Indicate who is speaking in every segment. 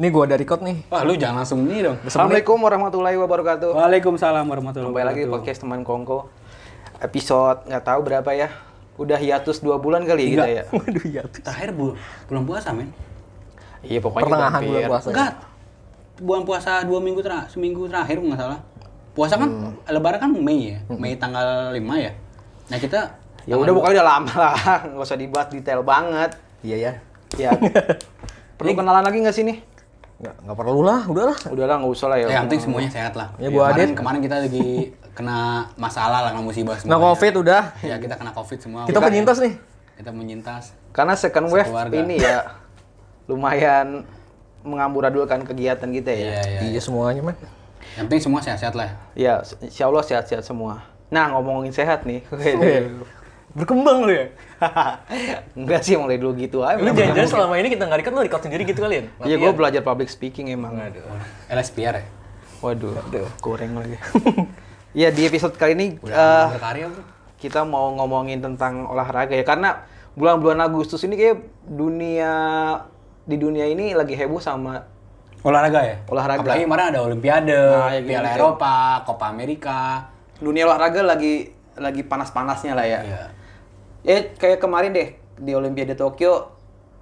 Speaker 1: Nih gua ada record nih.
Speaker 2: Wah, lu jangan langsung ini dong.
Speaker 3: Assalamualaikum warahmatullahi wabarakatuh.
Speaker 2: Waalaikumsalam warahmatullahi
Speaker 3: Kembali lagi di podcast teman Kongko. Episode nggak tahu berapa ya. Udah hiatus dua bulan kali ya kita ya.
Speaker 1: Waduh ya. tuh.
Speaker 2: Terakhir bu- bulan puasa, men.
Speaker 1: ya?
Speaker 3: Iya pokoknya
Speaker 1: Pertengahan
Speaker 3: hampir.
Speaker 1: bulan puasa.
Speaker 2: Enggak. Bulan puasa dua minggu terakhir, seminggu terakhir nggak salah. Puasa kan
Speaker 1: Hmm.
Speaker 2: lebaran kan Mei ya. Mei tanggal 5 ya. Nah, kita
Speaker 3: Ya udah pokoknya udah lama lah. Nggak usah dibahas detail banget.
Speaker 1: Iya ya.
Speaker 3: Ya. Perlu kenalan lagi nggak sih nih?
Speaker 1: Nggak nggak perlu lah, udahlah.
Speaker 3: Udahlah nggak usah lah ya.
Speaker 2: Ya, yang penting semuanya sehat lah.
Speaker 1: Ya, gua
Speaker 2: kemarin,
Speaker 1: Adit.
Speaker 2: kemarin kita lagi kena masalah lah, kena musibah semua.
Speaker 1: Nah covid udah.
Speaker 2: Ya, kita kena covid semua. ya?
Speaker 1: Kita penyintas nih.
Speaker 2: Kita menyintas.
Speaker 3: Karena second wave
Speaker 2: Sekeluarga.
Speaker 3: ini ya lumayan mengamburadulkan kegiatan kita ya.
Speaker 2: Iya, iya.
Speaker 1: Iya semuanya man.
Speaker 2: Yang penting semua sehat-sehat lah.
Speaker 3: Ya, insya Allah sehat-sehat semua. Nah, ngomongin sehat nih.
Speaker 1: Berkembang Iya, lu ya.
Speaker 3: Enggak sih, mulai dulu gitu aja.
Speaker 1: Lu jangan-jangan selama ini kita nggak record, lu record sendiri gitu kalian.
Speaker 3: Iya, gue belajar public speaking emang.
Speaker 2: LSPR ya.
Speaker 3: Waduh, goreng lagi. Iya, di episode kali ini eh,
Speaker 2: Berkarya tuh.
Speaker 3: kita mau ngomongin tentang olahraga ya. Karena bulan-bulan Agustus ini kayak dunia, di dunia ini lagi heboh sama
Speaker 2: Olahraga ya?
Speaker 3: Olahraga.
Speaker 2: Apalagi kemarin ada Olimpiade,
Speaker 3: Nah, ya gitu,
Speaker 2: Piala
Speaker 3: gitu.
Speaker 2: Eropa, Copa Amerika.
Speaker 3: dunia olahraga lagi lagi panas-panasnya lah ya.
Speaker 2: Iya.
Speaker 3: Ya, kayak kemarin deh, di Olimpiade Tokyo,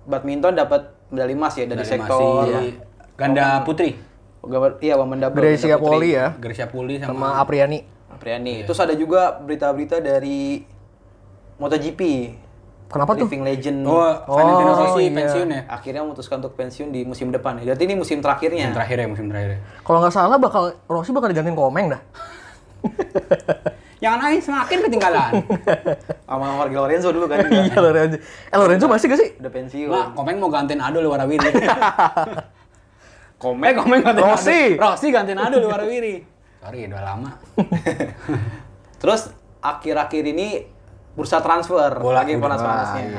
Speaker 3: badminton dapat medali emas ya dari
Speaker 2: Dari
Speaker 3: sektor.
Speaker 2: masih ganda putri.
Speaker 3: Gambar, iya, women double.
Speaker 1: Gracia
Speaker 3: ganda putri.
Speaker 1: Poli ya,
Speaker 2: Gresia Poli sama,
Speaker 1: sama Apriani.
Speaker 3: Apriani. Terus ada juga berita-berita dari MotoGP.
Speaker 1: Kenapa tuh?
Speaker 3: Living Legend.
Speaker 2: Oh, Valentino
Speaker 1: Oh,
Speaker 2: Rossi
Speaker 1: iya.
Speaker 2: pensiun ya.
Speaker 3: Akhirnya memutuskan untuk pensiun di musim depan. ya. Berarti ini
Speaker 2: Musim
Speaker 3: musim terakhirnya.
Speaker 2: terakhir ya, musim terakhir. ya.
Speaker 1: Kalau nggak salah bakal Rossi bakal digantiin Komeng dah.
Speaker 2: Yang lain semakin ketinggalan.
Speaker 3: Sama Jorge Lorenzo dulu kan. juga.
Speaker 1: Iya Lorenzo. Eh Lorenzo masih gak sih?
Speaker 3: Udah pensiun.
Speaker 2: Wah, Komeng mau gantiin Ado Luwarawiri.
Speaker 1: Eh,
Speaker 3: komen.
Speaker 2: Komeng gantiin
Speaker 1: Rossi.
Speaker 3: Iya.
Speaker 2: Ado. Rossi gantiin Ado Luwarawiri. Sorry, udah lama.
Speaker 3: Terus akhir-akhir ini bursa transfer.
Speaker 2: Bola udah,
Speaker 3: lagi
Speaker 2: iya.
Speaker 3: panas-panasnya.
Speaker 2: Tapi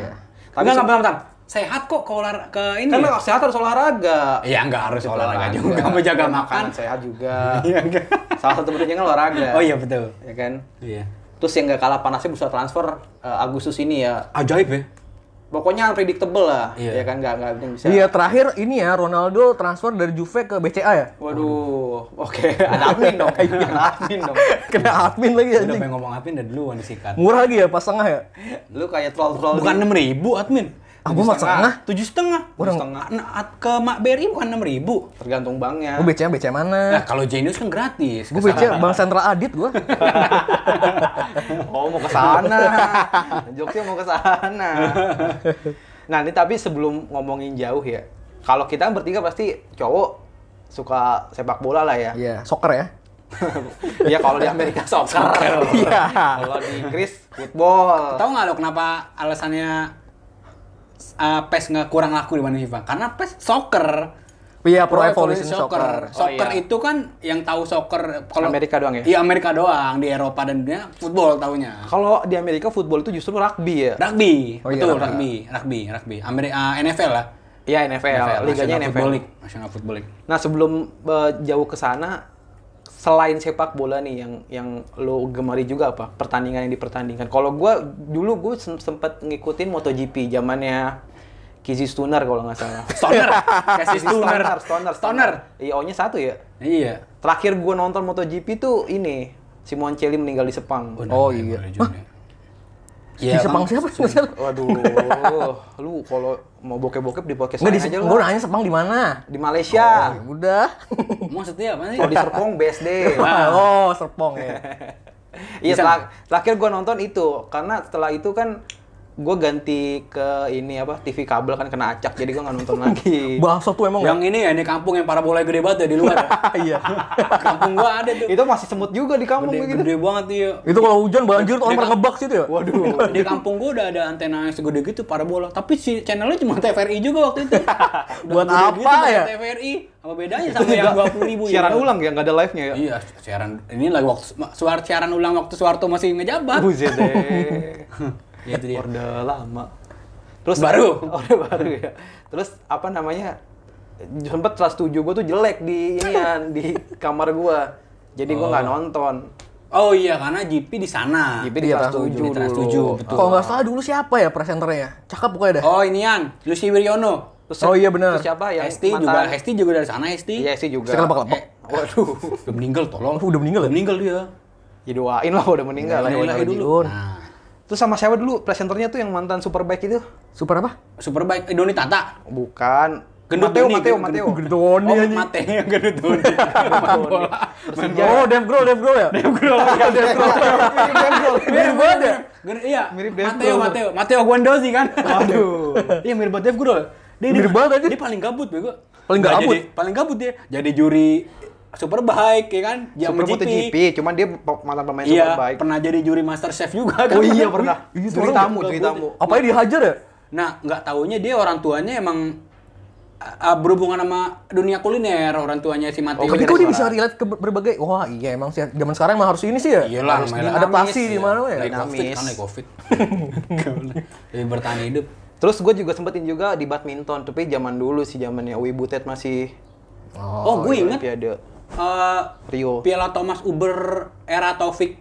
Speaker 3: Tapi
Speaker 2: enggak,
Speaker 3: se-
Speaker 2: bentar, bentar. Sehat kok ke olah ke ini.
Speaker 3: kan
Speaker 2: ya?
Speaker 3: sehat harus olahraga. Gitu kan.
Speaker 2: Iya, nggak harus olahraga juga, menjaga makan.
Speaker 3: Makanan sehat juga.
Speaker 2: Iya, enggak.
Speaker 3: Salah satu bentuknya kan olahraga.
Speaker 2: Oh iya, betul.
Speaker 3: Ya kan?
Speaker 2: Iya.
Speaker 3: Terus yang nggak kalah panasnya bursa transfer eh, Agustus ini ya.
Speaker 2: Ajaib ya.
Speaker 3: Pokoknya unpredictable lah.
Speaker 2: Iya.
Speaker 3: Ya kan nggak nggak ada yang bisa.
Speaker 1: Iya terakhir ini ya Ronaldo transfer dari Juve ke BCA ya.
Speaker 3: Waduh. Oke, ada admin dong. Ada admin dong.
Speaker 1: Kena admin lagi
Speaker 2: Udah
Speaker 1: anjing.
Speaker 2: pengen ngomong admin dari dulu disikat.
Speaker 1: Murah lagi ya pas tengah ya.
Speaker 3: Lu kayak troll-troll gitu.
Speaker 2: Bukan
Speaker 3: di-
Speaker 2: enam ribu admin.
Speaker 1: Ah gua pas tengah.
Speaker 2: Tujuh setengah.
Speaker 3: Orang-
Speaker 2: Setengah. Ke Mak BRI bukan enam ribu.
Speaker 3: tergantung banknya.
Speaker 1: Gue BCA BCA
Speaker 2: Nah
Speaker 1: mana?
Speaker 2: kalau Genius kan gratis.
Speaker 1: Gue BCA
Speaker 2: Kesana.
Speaker 1: Bang Sentra Adit gua.
Speaker 3: Oh, mau ke sana. Jokesnya mau ke sana. Nah, ini tapi sebelum ngomongin jauh ya. Kalau kita bertiga pasti cowok suka sepak bola lah ya.
Speaker 1: Iya, soccer ya.
Speaker 3: Iya, kalau di Amerika soccer.
Speaker 1: Iya.
Speaker 3: Kalau di Inggris football.
Speaker 2: Tahu nggak lo kenapa alasannya uh, PES nggak kurang laku dibanding FIFA? Karena PES soccer.
Speaker 1: Iya, Pro Evolution Soccer.
Speaker 2: Soccer,
Speaker 3: Oh, iya.
Speaker 2: itu kan yang tahu soccer
Speaker 3: Amerika doang ya?
Speaker 2: Iya Amerika doang di Eropa dan dunia football taunya.
Speaker 3: Kalau di Amerika football itu justru rugby ya.
Speaker 2: Rugby,
Speaker 1: Oh, iya,
Speaker 2: betul
Speaker 1: rugby.
Speaker 2: rugby, rugby, rugby. eh, Amerika NFL lah.
Speaker 3: Iya, NFL, liganya
Speaker 2: National
Speaker 3: NFL.
Speaker 2: Football League, National Football League.
Speaker 3: Nah, sebelum eh, jauh ke sana selain sepak bola nih yang yang lo gemari juga apa? Pertandingan yang dipertandingkan. Kalau gua dulu gue sempet ngikutin MotoGP zamannya Kizi Stoner kalau nggak salah.
Speaker 2: Stoner, kasih stoner,
Speaker 3: Stoner, Stoner,
Speaker 2: stoner.
Speaker 3: Iya, O-nya satu ya.
Speaker 2: Iya.
Speaker 3: Terakhir gua nonton MotoGP tuh ini Simoncelli meninggal di Sepang.
Speaker 1: Oh, iya.
Speaker 2: Iya,
Speaker 1: Di Sepang siapa? Nggak
Speaker 3: Waduh, lu kalau mau bokep-bokep di podcast
Speaker 1: di
Speaker 3: lain aja lu.
Speaker 1: Gue nanya Sepang di mana?
Speaker 3: Di
Speaker 1: Ya
Speaker 3: Malaysia.
Speaker 1: udah.
Speaker 2: Maksudnya apa sih?
Speaker 3: Kalau di Serpong BSD.
Speaker 1: oh, Serpong ya.
Speaker 3: Iya,
Speaker 2: Bisa
Speaker 3: telah- terakhir gua nonton itu karena setelah itu kan gua ganti ke ini apa TV kabel kan kena acak jadi gua nggak nonton lagi.
Speaker 1: Bahasa tuh emang
Speaker 2: Yang ini ya, ini kampung yang para bola gede banget ya di luar. ya.
Speaker 1: Iya.
Speaker 2: kampung gua ada tuh.
Speaker 3: itu masih semut juga di kampung gitu?
Speaker 2: Gede,
Speaker 3: begitu.
Speaker 2: gede banget iya.
Speaker 1: Itu kalau hujan banjir tuh orang
Speaker 2: Mereka-
Speaker 1: pernah ngebak situ ya.
Speaker 3: Waduh.
Speaker 2: Di kampung gua udah ada antena yang segede gitu para bola, tapi si channelnya cuma TVRI juga waktu itu. Udah
Speaker 1: Buat
Speaker 2: gede gitu,
Speaker 1: apa
Speaker 2: masih
Speaker 1: ya?
Speaker 2: TVRI, apa bedanya sama yang 20 ribu?
Speaker 3: Siaran ulang ya nggak ada live-nya ya.
Speaker 2: Iya, siaran ini lagi waktu suar siaran ulang waktu Soeharto masih ngejabat.
Speaker 3: Buset deh. Iya,
Speaker 2: Ya, Iya. itu dia.
Speaker 3: Orde lama. Terus
Speaker 2: Baru.
Speaker 3: Orde baru ya. Terus apa namanya? Sempet kelas 7 gua tuh jelek di inian di kamar gua. Jadi gua nggak nonton.
Speaker 2: Oh iya, karena GP di sana.
Speaker 3: Tapi di
Speaker 1: Iya,
Speaker 3: kelas
Speaker 1: tahu.
Speaker 3: 7
Speaker 2: Di kelas
Speaker 3: dulu.
Speaker 2: tujuh, betul.
Speaker 1: Kalau nggak salah dulu siapa ya presenternya? Cakep ya? pokoknya dah.
Speaker 2: Oh, inian, Lucy Wiryono.
Speaker 3: Terus
Speaker 1: Oh iya, benar.
Speaker 3: Terus siapa Ah, yang
Speaker 2: Hesti juga, Hesti juga dari sana Hesti.
Speaker 3: Iya sih juga.
Speaker 1: Sekarang bakal
Speaker 2: Eh, waduh, udah meninggal tolong.
Speaker 1: Oh, udah meninggal ya?
Speaker 2: Udah meninggal dia.
Speaker 3: Ya doain lah udah meninggal.
Speaker 1: Doain.
Speaker 2: Alhamdulillah
Speaker 1: Alhamdulillah, Jun.
Speaker 2: dulu. Nah,
Speaker 3: Terus sama siapa dulu presenternya tuh yang mantan superbike itu?
Speaker 1: Super apa?
Speaker 2: Superbike eh, Doni Tata.
Speaker 3: Bukan.
Speaker 2: Gendut
Speaker 3: Mateo,
Speaker 2: Doni,
Speaker 3: Mateo,
Speaker 2: gendut-
Speaker 3: Mateo.
Speaker 1: Gede Doni
Speaker 2: oh,
Speaker 1: anjing.
Speaker 2: mate yang gendut Doni. Main bola.
Speaker 1: Oh, Dev Grohl, Dev Grohl ya? Dev Grohl. Dev Grohl. Mirip banget ya?
Speaker 2: Gendut, Iya,
Speaker 3: Mirip Dave
Speaker 2: Mateo,
Speaker 3: Grohl.
Speaker 2: Mateo, Mateo Guandozi kan? Waduh. Iya mirip banget Dave Grohl. Dia, dia-
Speaker 1: Mirip banget, anjing.
Speaker 2: Dia paling gabut bego.
Speaker 1: Paling
Speaker 2: Nggak
Speaker 1: gabut?
Speaker 2: jadi- paling gabut dia. Jadi juri Superbike ya kan? Yang
Speaker 3: Superbike itu GP, cuman dia pe- mantan pemain
Speaker 2: Iya,
Speaker 3: Superbike.
Speaker 2: pernah jadi juri Master Chef juga kan?
Speaker 3: Oh iya pernah.
Speaker 1: Iya,
Speaker 3: Juri
Speaker 1: sekarang
Speaker 3: tamu,
Speaker 2: udah
Speaker 3: juri
Speaker 2: gabut.
Speaker 3: tamu.
Speaker 1: Apanya dihajar ya?
Speaker 2: Nah, nggak taunya dia orang tuanya emang uh, uh, berhubungan sama dunia kuliner orang tuanya si Mateo.
Speaker 3: Oh,
Speaker 1: Tapi
Speaker 3: Pengen
Speaker 1: kok dia
Speaker 3: suara.
Speaker 1: bisa relate ke berbagai wah iya emang sih zaman sekarang mah harus ini sih ya.
Speaker 2: Iyalah,
Speaker 1: harus ada
Speaker 2: main
Speaker 1: adaptasi di mana ya.
Speaker 2: Lagi covid
Speaker 3: Dinamis.
Speaker 2: kan, lagi covid. Lebih bertahan hidup.
Speaker 3: Terus gue juga sempetin juga di badminton, tapi zaman dulu sih zamannya Uwi Butet masih
Speaker 2: Oh, gue
Speaker 1: iya,
Speaker 2: inget
Speaker 3: Olimpiade
Speaker 2: eh,
Speaker 3: Rio.
Speaker 2: Piala Thomas Uber era Taufik.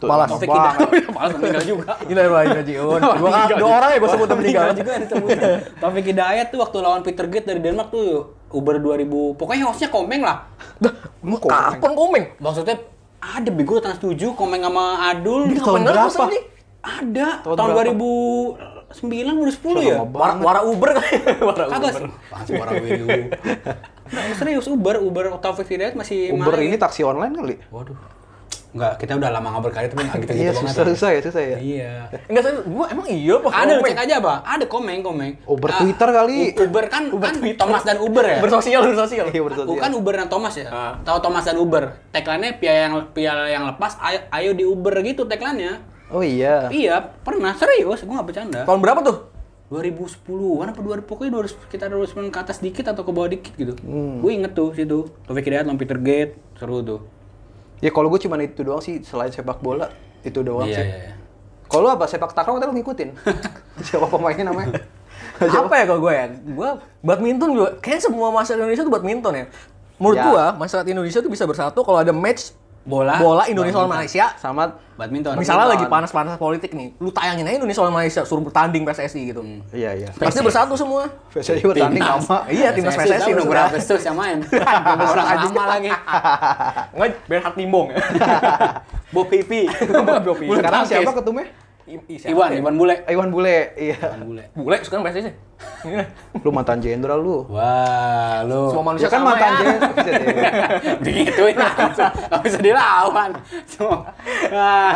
Speaker 3: Tuh,
Speaker 1: Malas.
Speaker 2: Taufik
Speaker 3: Bang.
Speaker 2: Hidayat. Malas meninggal juga.
Speaker 1: Ini lagi gaji Dua dua orang ya gue sebut meninggal.
Speaker 2: Meninggal juga disebutin. Taufik Hidayat tuh waktu lawan Peter Gate dari Denmark tuh Uber 2000. Pokoknya hostnya komeng lah.
Speaker 1: Dah, mau kapan komeng?
Speaker 2: Maksudnya ada bego Trans 7 komeng sama Adul.
Speaker 1: Di
Speaker 2: Dia
Speaker 1: tahun
Speaker 2: komeng
Speaker 1: berapa
Speaker 2: terus
Speaker 1: sih?
Speaker 2: Ada. Tahun,
Speaker 3: Tahun berapa?
Speaker 2: 2009 udah 10 ya?
Speaker 3: Sama banget.
Speaker 1: Wara, wara Uber kan? Wara
Speaker 2: Kagak sih. Langsung orang Wilu. Nah, serius Uber, Uber Taufik Hidayat masih
Speaker 3: Uber
Speaker 2: main.
Speaker 3: ini taksi online kali.
Speaker 2: Waduh. Enggak, kita udah lama nggak berkarya tapi nggak gitu-gitu
Speaker 3: Iya
Speaker 2: banget.
Speaker 3: susah susah ya susah ya.
Speaker 2: Iya.
Speaker 1: Enggak saya gua emang iya apa
Speaker 2: Ada lu
Speaker 1: komeng?
Speaker 2: cek aja, Pak. Ada komeng, komeng.
Speaker 3: Uber
Speaker 2: Ah,
Speaker 3: Twitter kali.
Speaker 2: Uber kan, kan Thomas dan Uber ya.
Speaker 1: Bersosial, bersosial.
Speaker 3: Iya betul.
Speaker 2: Bukan Uber dan Thomas ya. Tahu Thomas dan Uber. Tagline-nya piala yang piala yang lepas ayo, ayo di Uber gitu tagline-nya.
Speaker 3: Oh iya.
Speaker 2: Iya, pernah serius, gua nggak bercanda.
Speaker 1: Tahun berapa tuh?
Speaker 2: 2010-an apa 2000 pokoknya 200 sekitar 2009 ke atas dikit atau ke bawah dikit gitu. Gue inget tuh situ. Taufik Hidayat lawan Peter Gate, seru tuh.
Speaker 3: Ya kalau gue cuma itu doang sih selain sepak bola itu doang
Speaker 2: Iya,
Speaker 3: sih.
Speaker 2: iya, iya.
Speaker 3: Kalau lu apa sepak takraw tadi lu ngikutin? Siapa pemainnya namanya?
Speaker 1: Apa ya kalau gue ya? Gue badminton gue. Kayaknya semua masyarakat Indonesia tuh badminton ya. Menurut
Speaker 3: Ya.
Speaker 1: gua, masyarakat Indonesia tuh bisa bersatu kalau ada match
Speaker 2: Bola,
Speaker 1: bola Indonesia lawan Malaysia.
Speaker 3: Sama
Speaker 2: Badminton.
Speaker 1: Misalnya
Speaker 3: Badminton.
Speaker 1: lagi panas-panas politik nih, lu tayangin aja Indonesia lawan Malaysia, suruh bertanding PSSI gitu.
Speaker 3: iya iya.
Speaker 1: Pasti bersatu semua.
Speaker 3: Biasanya bertanding
Speaker 2: Timnas.
Speaker 3: sama.
Speaker 1: Iya, timnas
Speaker 2: PSSI
Speaker 1: PSSI
Speaker 2: tahu
Speaker 1: udah
Speaker 2: udah berapa sih yang main? Orang lama lagi.
Speaker 1: Nggak, Bernhard Timbong ya.
Speaker 2: Bo Pipi.
Speaker 3: Sekarang
Speaker 1: tangkis.
Speaker 3: siapa ketumnya?
Speaker 1: I- i- siapa
Speaker 2: Iwan,
Speaker 1: ya?
Speaker 2: Iwan Bule.
Speaker 3: Iwan Bule. Iya.
Speaker 2: Bule.
Speaker 1: Bule sekarang PSSI.
Speaker 3: Lu mantan jenderal lu.
Speaker 2: Wah,
Speaker 1: Iya.
Speaker 2: lu.
Speaker 1: Semua manusia
Speaker 3: Ya kan
Speaker 1: sama
Speaker 3: mantan
Speaker 1: ya.
Speaker 3: jenderal.
Speaker 2: Iya, Digituin langsung. Nggak bisa dilawan. Semua.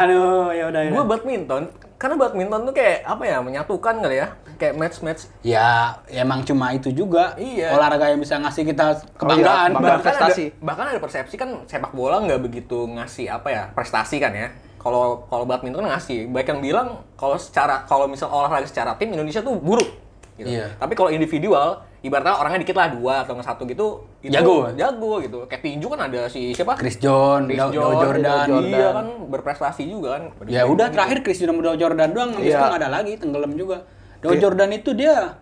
Speaker 2: Aduh, ya udah ya.
Speaker 1: Gue badminton, karena badminton tuh kayak apa ya, menyatukan kali ya. Kayak match-match.
Speaker 2: Ya, emang cuma itu juga.
Speaker 1: Iya. Oh,
Speaker 2: Olahraga yang bisa ngasih kita kebanggaan.
Speaker 3: Bangga
Speaker 1: Bahkan ada,
Speaker 3: prestasi.
Speaker 1: bahkan ada persepsi kan sepak bola nggak begitu ngasih apa ya, prestasi kan ya. Kalau kalau badminton kan ngasih, baik yang bilang kalau secara kalau misal olahraga secara tim Indonesia tuh buruk. Gitu.
Speaker 2: Iya.
Speaker 1: Tapi kalau individual, ibaratnya orangnya dikit lah dua atau nggak satu gitu, itu
Speaker 2: Jago.
Speaker 1: jago gitu. Kayak tinju kan ada si siapa?
Speaker 2: Chris John,
Speaker 1: Chris
Speaker 2: Dao- Dao
Speaker 1: John,
Speaker 2: Jordan.
Speaker 1: Dao Iya
Speaker 2: Iya.
Speaker 1: kan berprestasi juga kan.
Speaker 2: Ya udah terakhir Chris John sama Dao Jordan doang, habis itu
Speaker 3: Iya.
Speaker 2: nggak ada lagi, tenggelam juga. Dao Jordan itu dia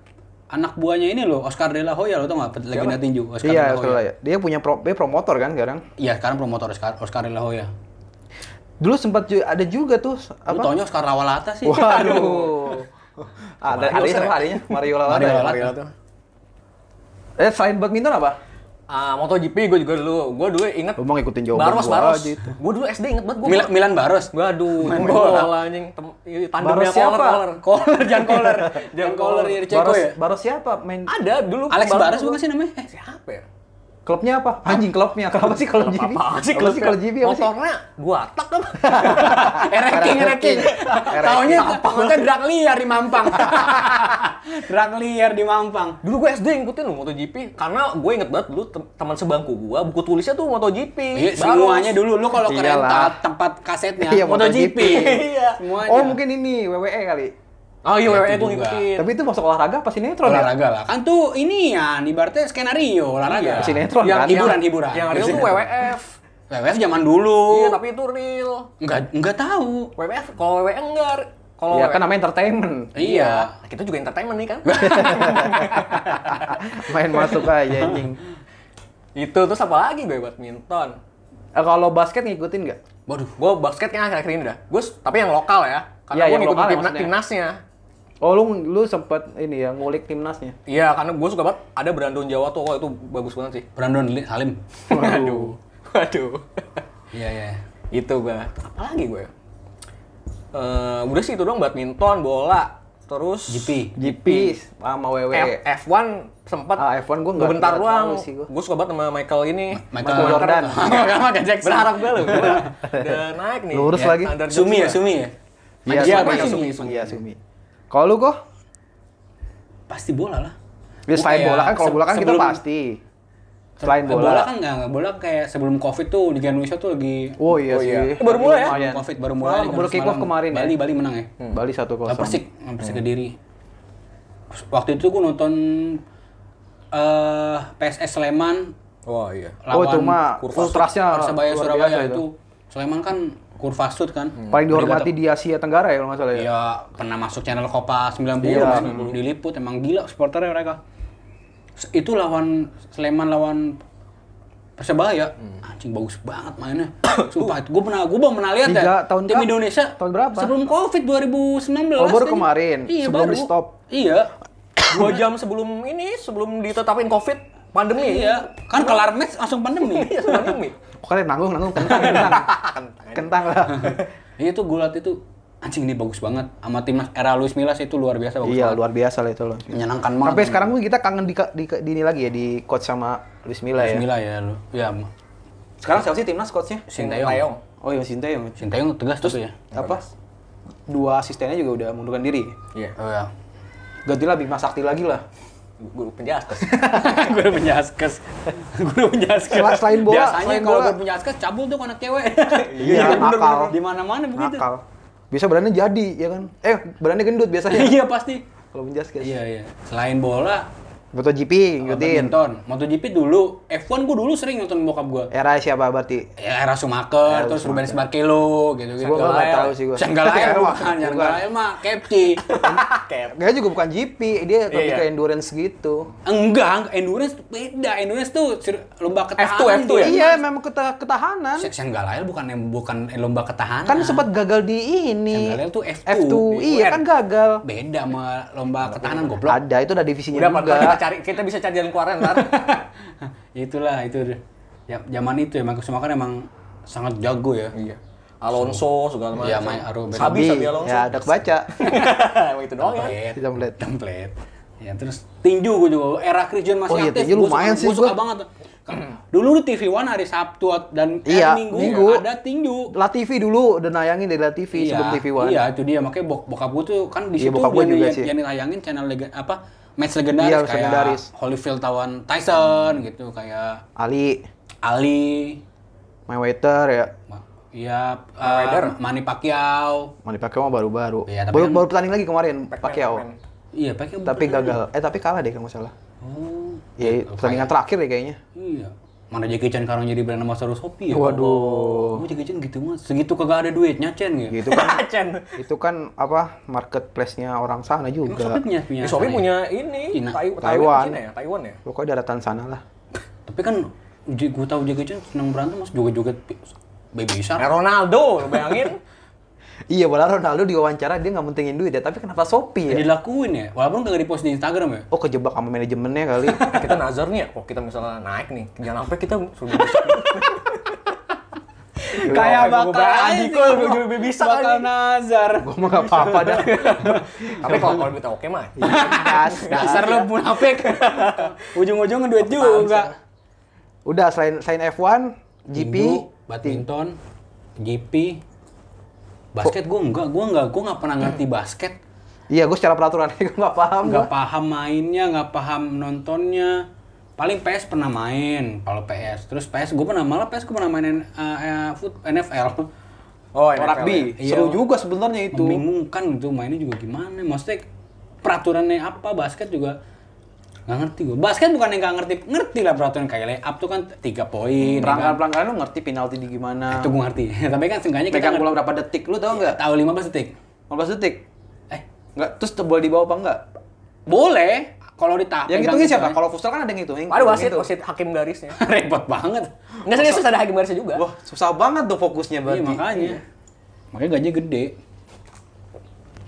Speaker 2: anak buahnya ini loh, Oscar De La Hoya lo tau nggak? Legenda tinju, Oscar De
Speaker 3: Iya,
Speaker 2: La Hoya.
Speaker 3: setelah ya. Dia punya pro, dia promotor kan sekarang.
Speaker 2: Iya, sekarang promotor Oscar, Oscar De La Hoya.
Speaker 3: Dulu sempat ju- ada juga tuh
Speaker 2: Lu
Speaker 3: apa?
Speaker 2: taunya Oscar Lawalata sih.
Speaker 3: Waduh. ada ada
Speaker 1: Mario
Speaker 3: siapa
Speaker 1: Serra.
Speaker 3: adanya? Mario Lalata.
Speaker 2: Mario
Speaker 3: ya?
Speaker 2: Lalata.
Speaker 3: Eh selain badminton apa?
Speaker 1: Ah, MotoGP gue juga dulu. Gue dulu inget
Speaker 3: Lu mau ngikutin jawaban
Speaker 1: Baros,
Speaker 3: gua
Speaker 1: Baros.
Speaker 3: aja itu.
Speaker 1: Gue dulu SD inget banget gue.
Speaker 2: Mil- Milan Baros.
Speaker 1: Gue aduh, main
Speaker 2: bola.
Speaker 1: bola anjing. Tem- iya, Tandemnya
Speaker 3: Baros siapa?
Speaker 1: Kohler, Kohler.
Speaker 2: Koller, Jan Koller. Jan Koller dari Ceko
Speaker 3: Baros,
Speaker 2: ya.
Speaker 3: Baros siapa? Main
Speaker 1: iya. Ada dulu.
Speaker 2: Alex
Speaker 1: baru-
Speaker 2: Baros bukan sih namanya? Eh,
Speaker 1: Siapa ya?
Speaker 3: klubnya apa? Anjing klubnya. Apa sih kalau GB?
Speaker 1: Apa sih
Speaker 3: Apa sih kalau GB? Apa sih?
Speaker 1: Motornya dua tak apa?
Speaker 2: Eh, ranking, ranking. Taunya takutnya drag liar di Mampang. drag liar di Mampang.
Speaker 1: Dulu gue SD ngikutin loh MotoGP karena gue inget banget dulu tem- teman sebangku gue buku tulisnya tuh MotoGP.
Speaker 2: Iya,
Speaker 1: Baros.
Speaker 2: semuanya dulu lu kalau ke
Speaker 3: Iyalah.
Speaker 2: rental tempat kasetnya
Speaker 3: Iya,
Speaker 2: MotoGP.
Speaker 3: MotoGP.
Speaker 2: Iya. Semuanya.
Speaker 3: Oh mungkin ini WWE kali.
Speaker 1: Oh iya,
Speaker 2: Ya,
Speaker 1: WWE
Speaker 2: itu
Speaker 1: tuh
Speaker 2: juga.
Speaker 1: ngikutin.
Speaker 3: Tapi itu masuk olahraga apa sinetron ya?
Speaker 2: olahraga lah. Kan tuh ini ya, ibaratnya skenario olahraga.
Speaker 3: Iya, sinetron
Speaker 2: yang
Speaker 3: kan?
Speaker 2: hiburan hiburan. Iya.
Speaker 1: Yang real tuh WWF.
Speaker 2: WWF zaman dulu.
Speaker 1: Iya, tapi itu real.
Speaker 2: Enggak enggak tahu.
Speaker 1: WWF kalau WWE enggak. Kalau E
Speaker 3: Iya
Speaker 1: WWE
Speaker 3: kan namanya entertainment.
Speaker 1: Iya.
Speaker 2: Iya.
Speaker 1: Kita juga entertainment nih kan.
Speaker 3: Main masuk aja anjing.
Speaker 1: itu Gitu. terus apa lagi gue badminton.
Speaker 3: Eh, Kalau basket ngikutin nggak?
Speaker 2: Waduh.
Speaker 1: Gue basketnya akhir-akhir ini dah. Gue s- tapi yang lokal ya. Karena
Speaker 3: Iya,
Speaker 1: gue
Speaker 3: yang
Speaker 1: ngikutin
Speaker 3: lokal ya
Speaker 1: timna-
Speaker 3: maksudnya.
Speaker 1: timnasnya.
Speaker 3: Oh lu lu sempet ini ya ngulik timnasnya.
Speaker 1: Iya, karena gue suka banget ada Brandon Jawa tuh, oh, itu bagus banget sih.
Speaker 2: Brandon Li- Halim.
Speaker 1: Waduh. Waduh.
Speaker 2: Iya, iya.
Speaker 1: itu gue. Apalagi gue? ya? Eh, udah sih itu doang badminton, bola, terus
Speaker 2: GP.
Speaker 3: GP sama E. WWE.
Speaker 1: F, F1 sempat
Speaker 3: Ah, F1 gua nggak-
Speaker 1: bentar
Speaker 3: nggak
Speaker 1: doang.
Speaker 3: terlalu sih gua.
Speaker 1: Gue suka banget sama Michael ini.
Speaker 2: Michael
Speaker 3: Michael Jordan.
Speaker 2: Michael Michael Jackson.
Speaker 1: Berharap gue loh. gua Udah naik nih.
Speaker 3: Lurus lagi.
Speaker 1: standar jam
Speaker 2: Sumi ya,
Speaker 1: gua.
Speaker 2: Sumi ya.
Speaker 3: Iya,
Speaker 2: Iya,
Speaker 3: Sumi.
Speaker 2: Michael Sumi.
Speaker 1: Sumi.
Speaker 3: Iya, Sumi. Kalau lu kok?
Speaker 2: Pasti bola lah.
Speaker 3: Ya,
Speaker 2: Bukan
Speaker 3: selain
Speaker 2: ya,
Speaker 3: bola kan kalau
Speaker 2: se-
Speaker 3: bola kan kita
Speaker 2: sebelum-
Speaker 3: pasti. Selain bola.
Speaker 2: bola kan enggak, bola kayak sebelum Covid tuh di Indonesia tuh lagi
Speaker 3: Oh iya
Speaker 1: Oh, iya.
Speaker 3: sih.
Speaker 1: Baru mulai ya?
Speaker 3: Lumayan.
Speaker 2: Covid baru mulai.
Speaker 3: Oh,
Speaker 2: Liga
Speaker 3: baru
Speaker 2: Inggris
Speaker 3: kick off
Speaker 2: malam.
Speaker 3: kemarin ya?
Speaker 2: Bali Bali menang ya.
Speaker 3: Bali 1-0.
Speaker 2: Ah, Persik, Ah, Persik Kediri. Waktu itu gue nonton eh PSS Sleman
Speaker 1: Wah iya.
Speaker 3: Oh, itu mah
Speaker 2: Kurvasud.
Speaker 3: ultrasnya
Speaker 2: Persebaya
Speaker 3: luar
Speaker 2: Surabaya
Speaker 3: biasa
Speaker 2: itu.
Speaker 3: itu.
Speaker 2: Sleman kan Kurvasud kan.
Speaker 3: Paling dihormati
Speaker 2: Berikata-
Speaker 3: di Asia Tenggara ya kalau nggak salah ya.
Speaker 2: Iya, pernah masuk channel Kopa 90
Speaker 3: Iya.
Speaker 2: kan, diliput emang gila supporternya mereka. Se- Itu lawan Sleman lawan Persebaya.
Speaker 3: Hmm.
Speaker 2: Anjing bagus banget mainnya. Sumpah, gue pernah gue belum pernah lihat
Speaker 3: Liga
Speaker 2: ya.
Speaker 3: tahun
Speaker 2: tim
Speaker 3: kap-
Speaker 2: Indonesia
Speaker 3: tahun berapa?
Speaker 2: Sebelum Covid 2019.
Speaker 3: Oh, baru
Speaker 2: kayaknya.
Speaker 3: kemarin,
Speaker 2: Iya,
Speaker 3: sebelum
Speaker 2: baru.
Speaker 3: di stop.
Speaker 2: Iya.
Speaker 1: Dua jam sebelum ini, sebelum ditetapin COVID, pandemi.
Speaker 2: Iya, kan kelar match langsung pandemi.
Speaker 1: Iya, sebelum pandemi.
Speaker 3: Oh, kalian nanggung nanggung kentang kentang. kentang lah.
Speaker 2: Iya tuh gue liat itu anjing ini bagus banget sama timnas era Luis Milas itu luar biasa bagus
Speaker 3: iya,
Speaker 2: banget.
Speaker 3: luar biasa lah itu loh.
Speaker 2: Menyenangkan banget.
Speaker 3: Sampai sekarang pun kita kangen di, di, di ini lagi ya di coach sama Luis Milla ya.
Speaker 2: Bismillah ya lu. Iya. Ma.
Speaker 3: Sekarang siapa sih timnas coachnya?
Speaker 2: Sintayong.
Speaker 3: Oh iya Sinteyong.
Speaker 2: Sintayong tegas tuh ya.
Speaker 3: Apa? Dua asistennya juga udah mundurkan diri.
Speaker 1: Iya.
Speaker 2: Oh ya.
Speaker 3: Gantilah Bima Sakti lagi lah.
Speaker 1: Guru penjaskas.
Speaker 2: Guru penjaskes. Guru penjaskes.
Speaker 3: Sel- selain bola,
Speaker 2: Biasanya
Speaker 3: selain
Speaker 2: kalau
Speaker 3: bola.
Speaker 2: guru penjaskes cabul tuh anak cewek.
Speaker 3: Iya, nakal.
Speaker 2: Di mana-mana begitu.
Speaker 3: Nakal. Gitu. Biasa berani jadi ya kan. Eh, berani gendut biasanya.
Speaker 2: Iya pasti.
Speaker 3: Kalau menjaskes.
Speaker 2: Iya iya. Selain bola,
Speaker 3: MotoGP ngikutin.
Speaker 2: badminton, MotoGP dulu, F1 gue dulu sering nonton bokap gue.
Speaker 3: Era siapa Eh, berarti?
Speaker 2: Ya, era Schumacher,
Speaker 3: Era
Speaker 2: terus
Speaker 3: Schumacher.
Speaker 2: Rubens Barrichello, gitu-gitu.
Speaker 3: Gua nggak tahu sih gua.
Speaker 2: Shanggalael
Speaker 3: Bukan.
Speaker 2: bukan,
Speaker 3: Bukan.
Speaker 2: Shanggalael mah Kepci.
Speaker 3: Dia juga bukan GP, dia lebih
Speaker 1: Iya,
Speaker 3: ke
Speaker 1: iya.
Speaker 3: endurance gitu.
Speaker 2: Enggak, endurance tuh beda. Endurance tuh sir- lomba ketahanan.
Speaker 1: F2, F2 ya?
Speaker 2: dia.
Speaker 3: Iya, memang keta- ketahanan.
Speaker 2: Sh- Shanggalael bukan yang- bukan lomba ketahanan.
Speaker 3: Kan sempat gagal di ini.
Speaker 2: Shanggalail tuh F2. Di
Speaker 3: iya
Speaker 1: UN.
Speaker 3: kan gagal.
Speaker 2: beda sama lomba ketahanan goblok.
Speaker 3: Ada, itu ada divisinya
Speaker 1: Udah, Pat,
Speaker 3: Iya juga.
Speaker 1: kita cari, kita bisa cari jalan keluar ntar.
Speaker 2: Itulah itu. Ya, zaman itu ya Marcus Schumacher emang sangat jago ya.
Speaker 1: iya. Alonso segala macam.
Speaker 2: Iya, main Aro-
Speaker 1: Sabi, Sabi Alonso.
Speaker 3: ya ada kebaca.
Speaker 1: Emang itu doang
Speaker 3: Oh
Speaker 1: ya.
Speaker 2: Template.
Speaker 3: Kita melihat.
Speaker 2: Template. Ya terus tinju gue juga era Chris John masih
Speaker 3: Oh iya,
Speaker 2: aktif.
Speaker 3: tinju
Speaker 2: gua
Speaker 3: lumayan
Speaker 2: suka,
Speaker 3: sih
Speaker 2: gua suka
Speaker 3: gua.
Speaker 2: banget. Kan Dulu di TV One hari Sabtu dan hari
Speaker 3: Iya,
Speaker 2: minggu,
Speaker 3: Minggu.
Speaker 2: ada tinju.
Speaker 3: La TV dulu udah nayangin dari La TV sebelum TV One.
Speaker 2: Iya, itu dia makanya bok bokap gue tuh kan di
Speaker 3: Iya,
Speaker 2: situ
Speaker 3: bokap gua
Speaker 2: yang-
Speaker 3: juga
Speaker 2: yang,
Speaker 3: sih.
Speaker 2: yang ditayangin channel lega, apa match legendaris
Speaker 3: Iya,
Speaker 2: kayak
Speaker 3: legendaris.
Speaker 2: Holyfield lawan Tyson gitu, kayak
Speaker 3: Ali,
Speaker 2: Ali,
Speaker 3: Mayweather ya.
Speaker 2: ma- iya
Speaker 1: Mayweather.
Speaker 2: uh, Manny Pacquiao.
Speaker 3: Mau dipakai mah baru-baru.
Speaker 2: Iya, tapi
Speaker 3: baru,
Speaker 2: kan-
Speaker 3: baru pertanding lagi kemarin
Speaker 1: Pac-Man,
Speaker 3: Pacquiao.
Speaker 1: Pac-Man.
Speaker 2: Iya, Pacquiao
Speaker 3: Tapi
Speaker 2: bukan.
Speaker 3: gagal. Eh tapi kalah deh kalau nggak salah.
Speaker 2: Oh,
Speaker 3: Iya, pertandingan terakhir ya kayaknya.
Speaker 2: Iya. Mana Jackie Chan sekarang jadi brand ambassador Shopee ya?
Speaker 3: Waduh.
Speaker 2: Kamu Jackie Chan gitu mas. Segitu kagak ada duitnya Chan ya?
Speaker 3: Gitu kan.
Speaker 1: Chen.
Speaker 3: itu kan apa marketplace-nya orang sana
Speaker 2: Emang
Speaker 3: juga.
Speaker 2: Shopee punya punya.
Speaker 1: Di Eh, Shopee
Speaker 2: apa ya?
Speaker 1: punya ini,
Speaker 2: Cina.
Speaker 1: Tai-
Speaker 3: Taiwan.
Speaker 1: Cina ya, Taiwan ya.
Speaker 3: Pokoknya daratan sana lah.
Speaker 2: Tapi kan gue tahu Jackie Chan senang berantem mas joget-joget pi-
Speaker 1: Nah,
Speaker 2: baby shark.
Speaker 1: Ronaldo, lu bayangin.
Speaker 3: Iya, padahal Ronaldo diwawancara dia nggak mentingin duit ya, tapi kenapa Shopee ya?
Speaker 2: Dilakuin ya, walaupun kagak di-post di Instagram ya.
Speaker 3: Oh, kejebak sama manajemennya kali.
Speaker 1: kita nazar nih ya, kalau kita misalnya naik nih, jangan sampai kita suruh
Speaker 2: Kayak
Speaker 1: Iya, Gua
Speaker 2: bakal
Speaker 1: bayar
Speaker 2: aja
Speaker 1: Andiko, gua jadi baby shark
Speaker 2: bakal
Speaker 1: aja.
Speaker 2: nazar.
Speaker 3: Gua mah nggak apa-apa dah.
Speaker 1: Tapi kalau kalau duitnya oke mah.
Speaker 3: Das, das.
Speaker 2: Dasar lo munafik. Ujung-ujungnya duit juga.
Speaker 3: Udah selain selain F1, GP,
Speaker 2: Tinju, badminton, GP, basket gue enggak, gue enggak, gue enggak pernah ngerti basket.
Speaker 3: iya gue secara peraturan gue nggak paham
Speaker 2: nggak
Speaker 3: gua.
Speaker 2: paham mainnya nggak paham nontonnya paling PS pernah main kalau PS terus PS gue pernah malah PS gue pernah mainin eh, eh, foot NFL
Speaker 1: Oh,
Speaker 3: Oh, Rugby,
Speaker 2: Iya.
Speaker 3: seru juga sebenarnya itu.
Speaker 2: membingungkan gitu mainnya juga gimana maksudnya peraturannya apa basket juga nggak ngerti gue basket bukan yang nggak ngerti ngerti lah peraturan kayak layup tuh kan tiga poin ya kan?
Speaker 3: Pelanggaran-pelanggaran lu ngerti penalti di gimana?
Speaker 2: itu gue ngerti tapi kan seenggaknya kita
Speaker 3: Pegang
Speaker 2: nggak
Speaker 3: bola berapa detik lu tau nggak?
Speaker 2: tahu 15 detik
Speaker 3: 15 detik.
Speaker 2: eh
Speaker 3: Nggak, terus bola di bawah apa enggak?
Speaker 2: boleh kalau ditapa
Speaker 3: Yang ngitungin siapa? Kalau futsal kan ada yang ngitungin.
Speaker 1: Ada wasit, wasit hakim garisnya.
Speaker 2: repot banget Iya,
Speaker 1: Enggak serius ada hakim garisnya juga.
Speaker 3: Wah, susah banget tuh fokusnya
Speaker 2: Iya
Speaker 3: berarti.
Speaker 2: makanya. Makanya gajinya gede.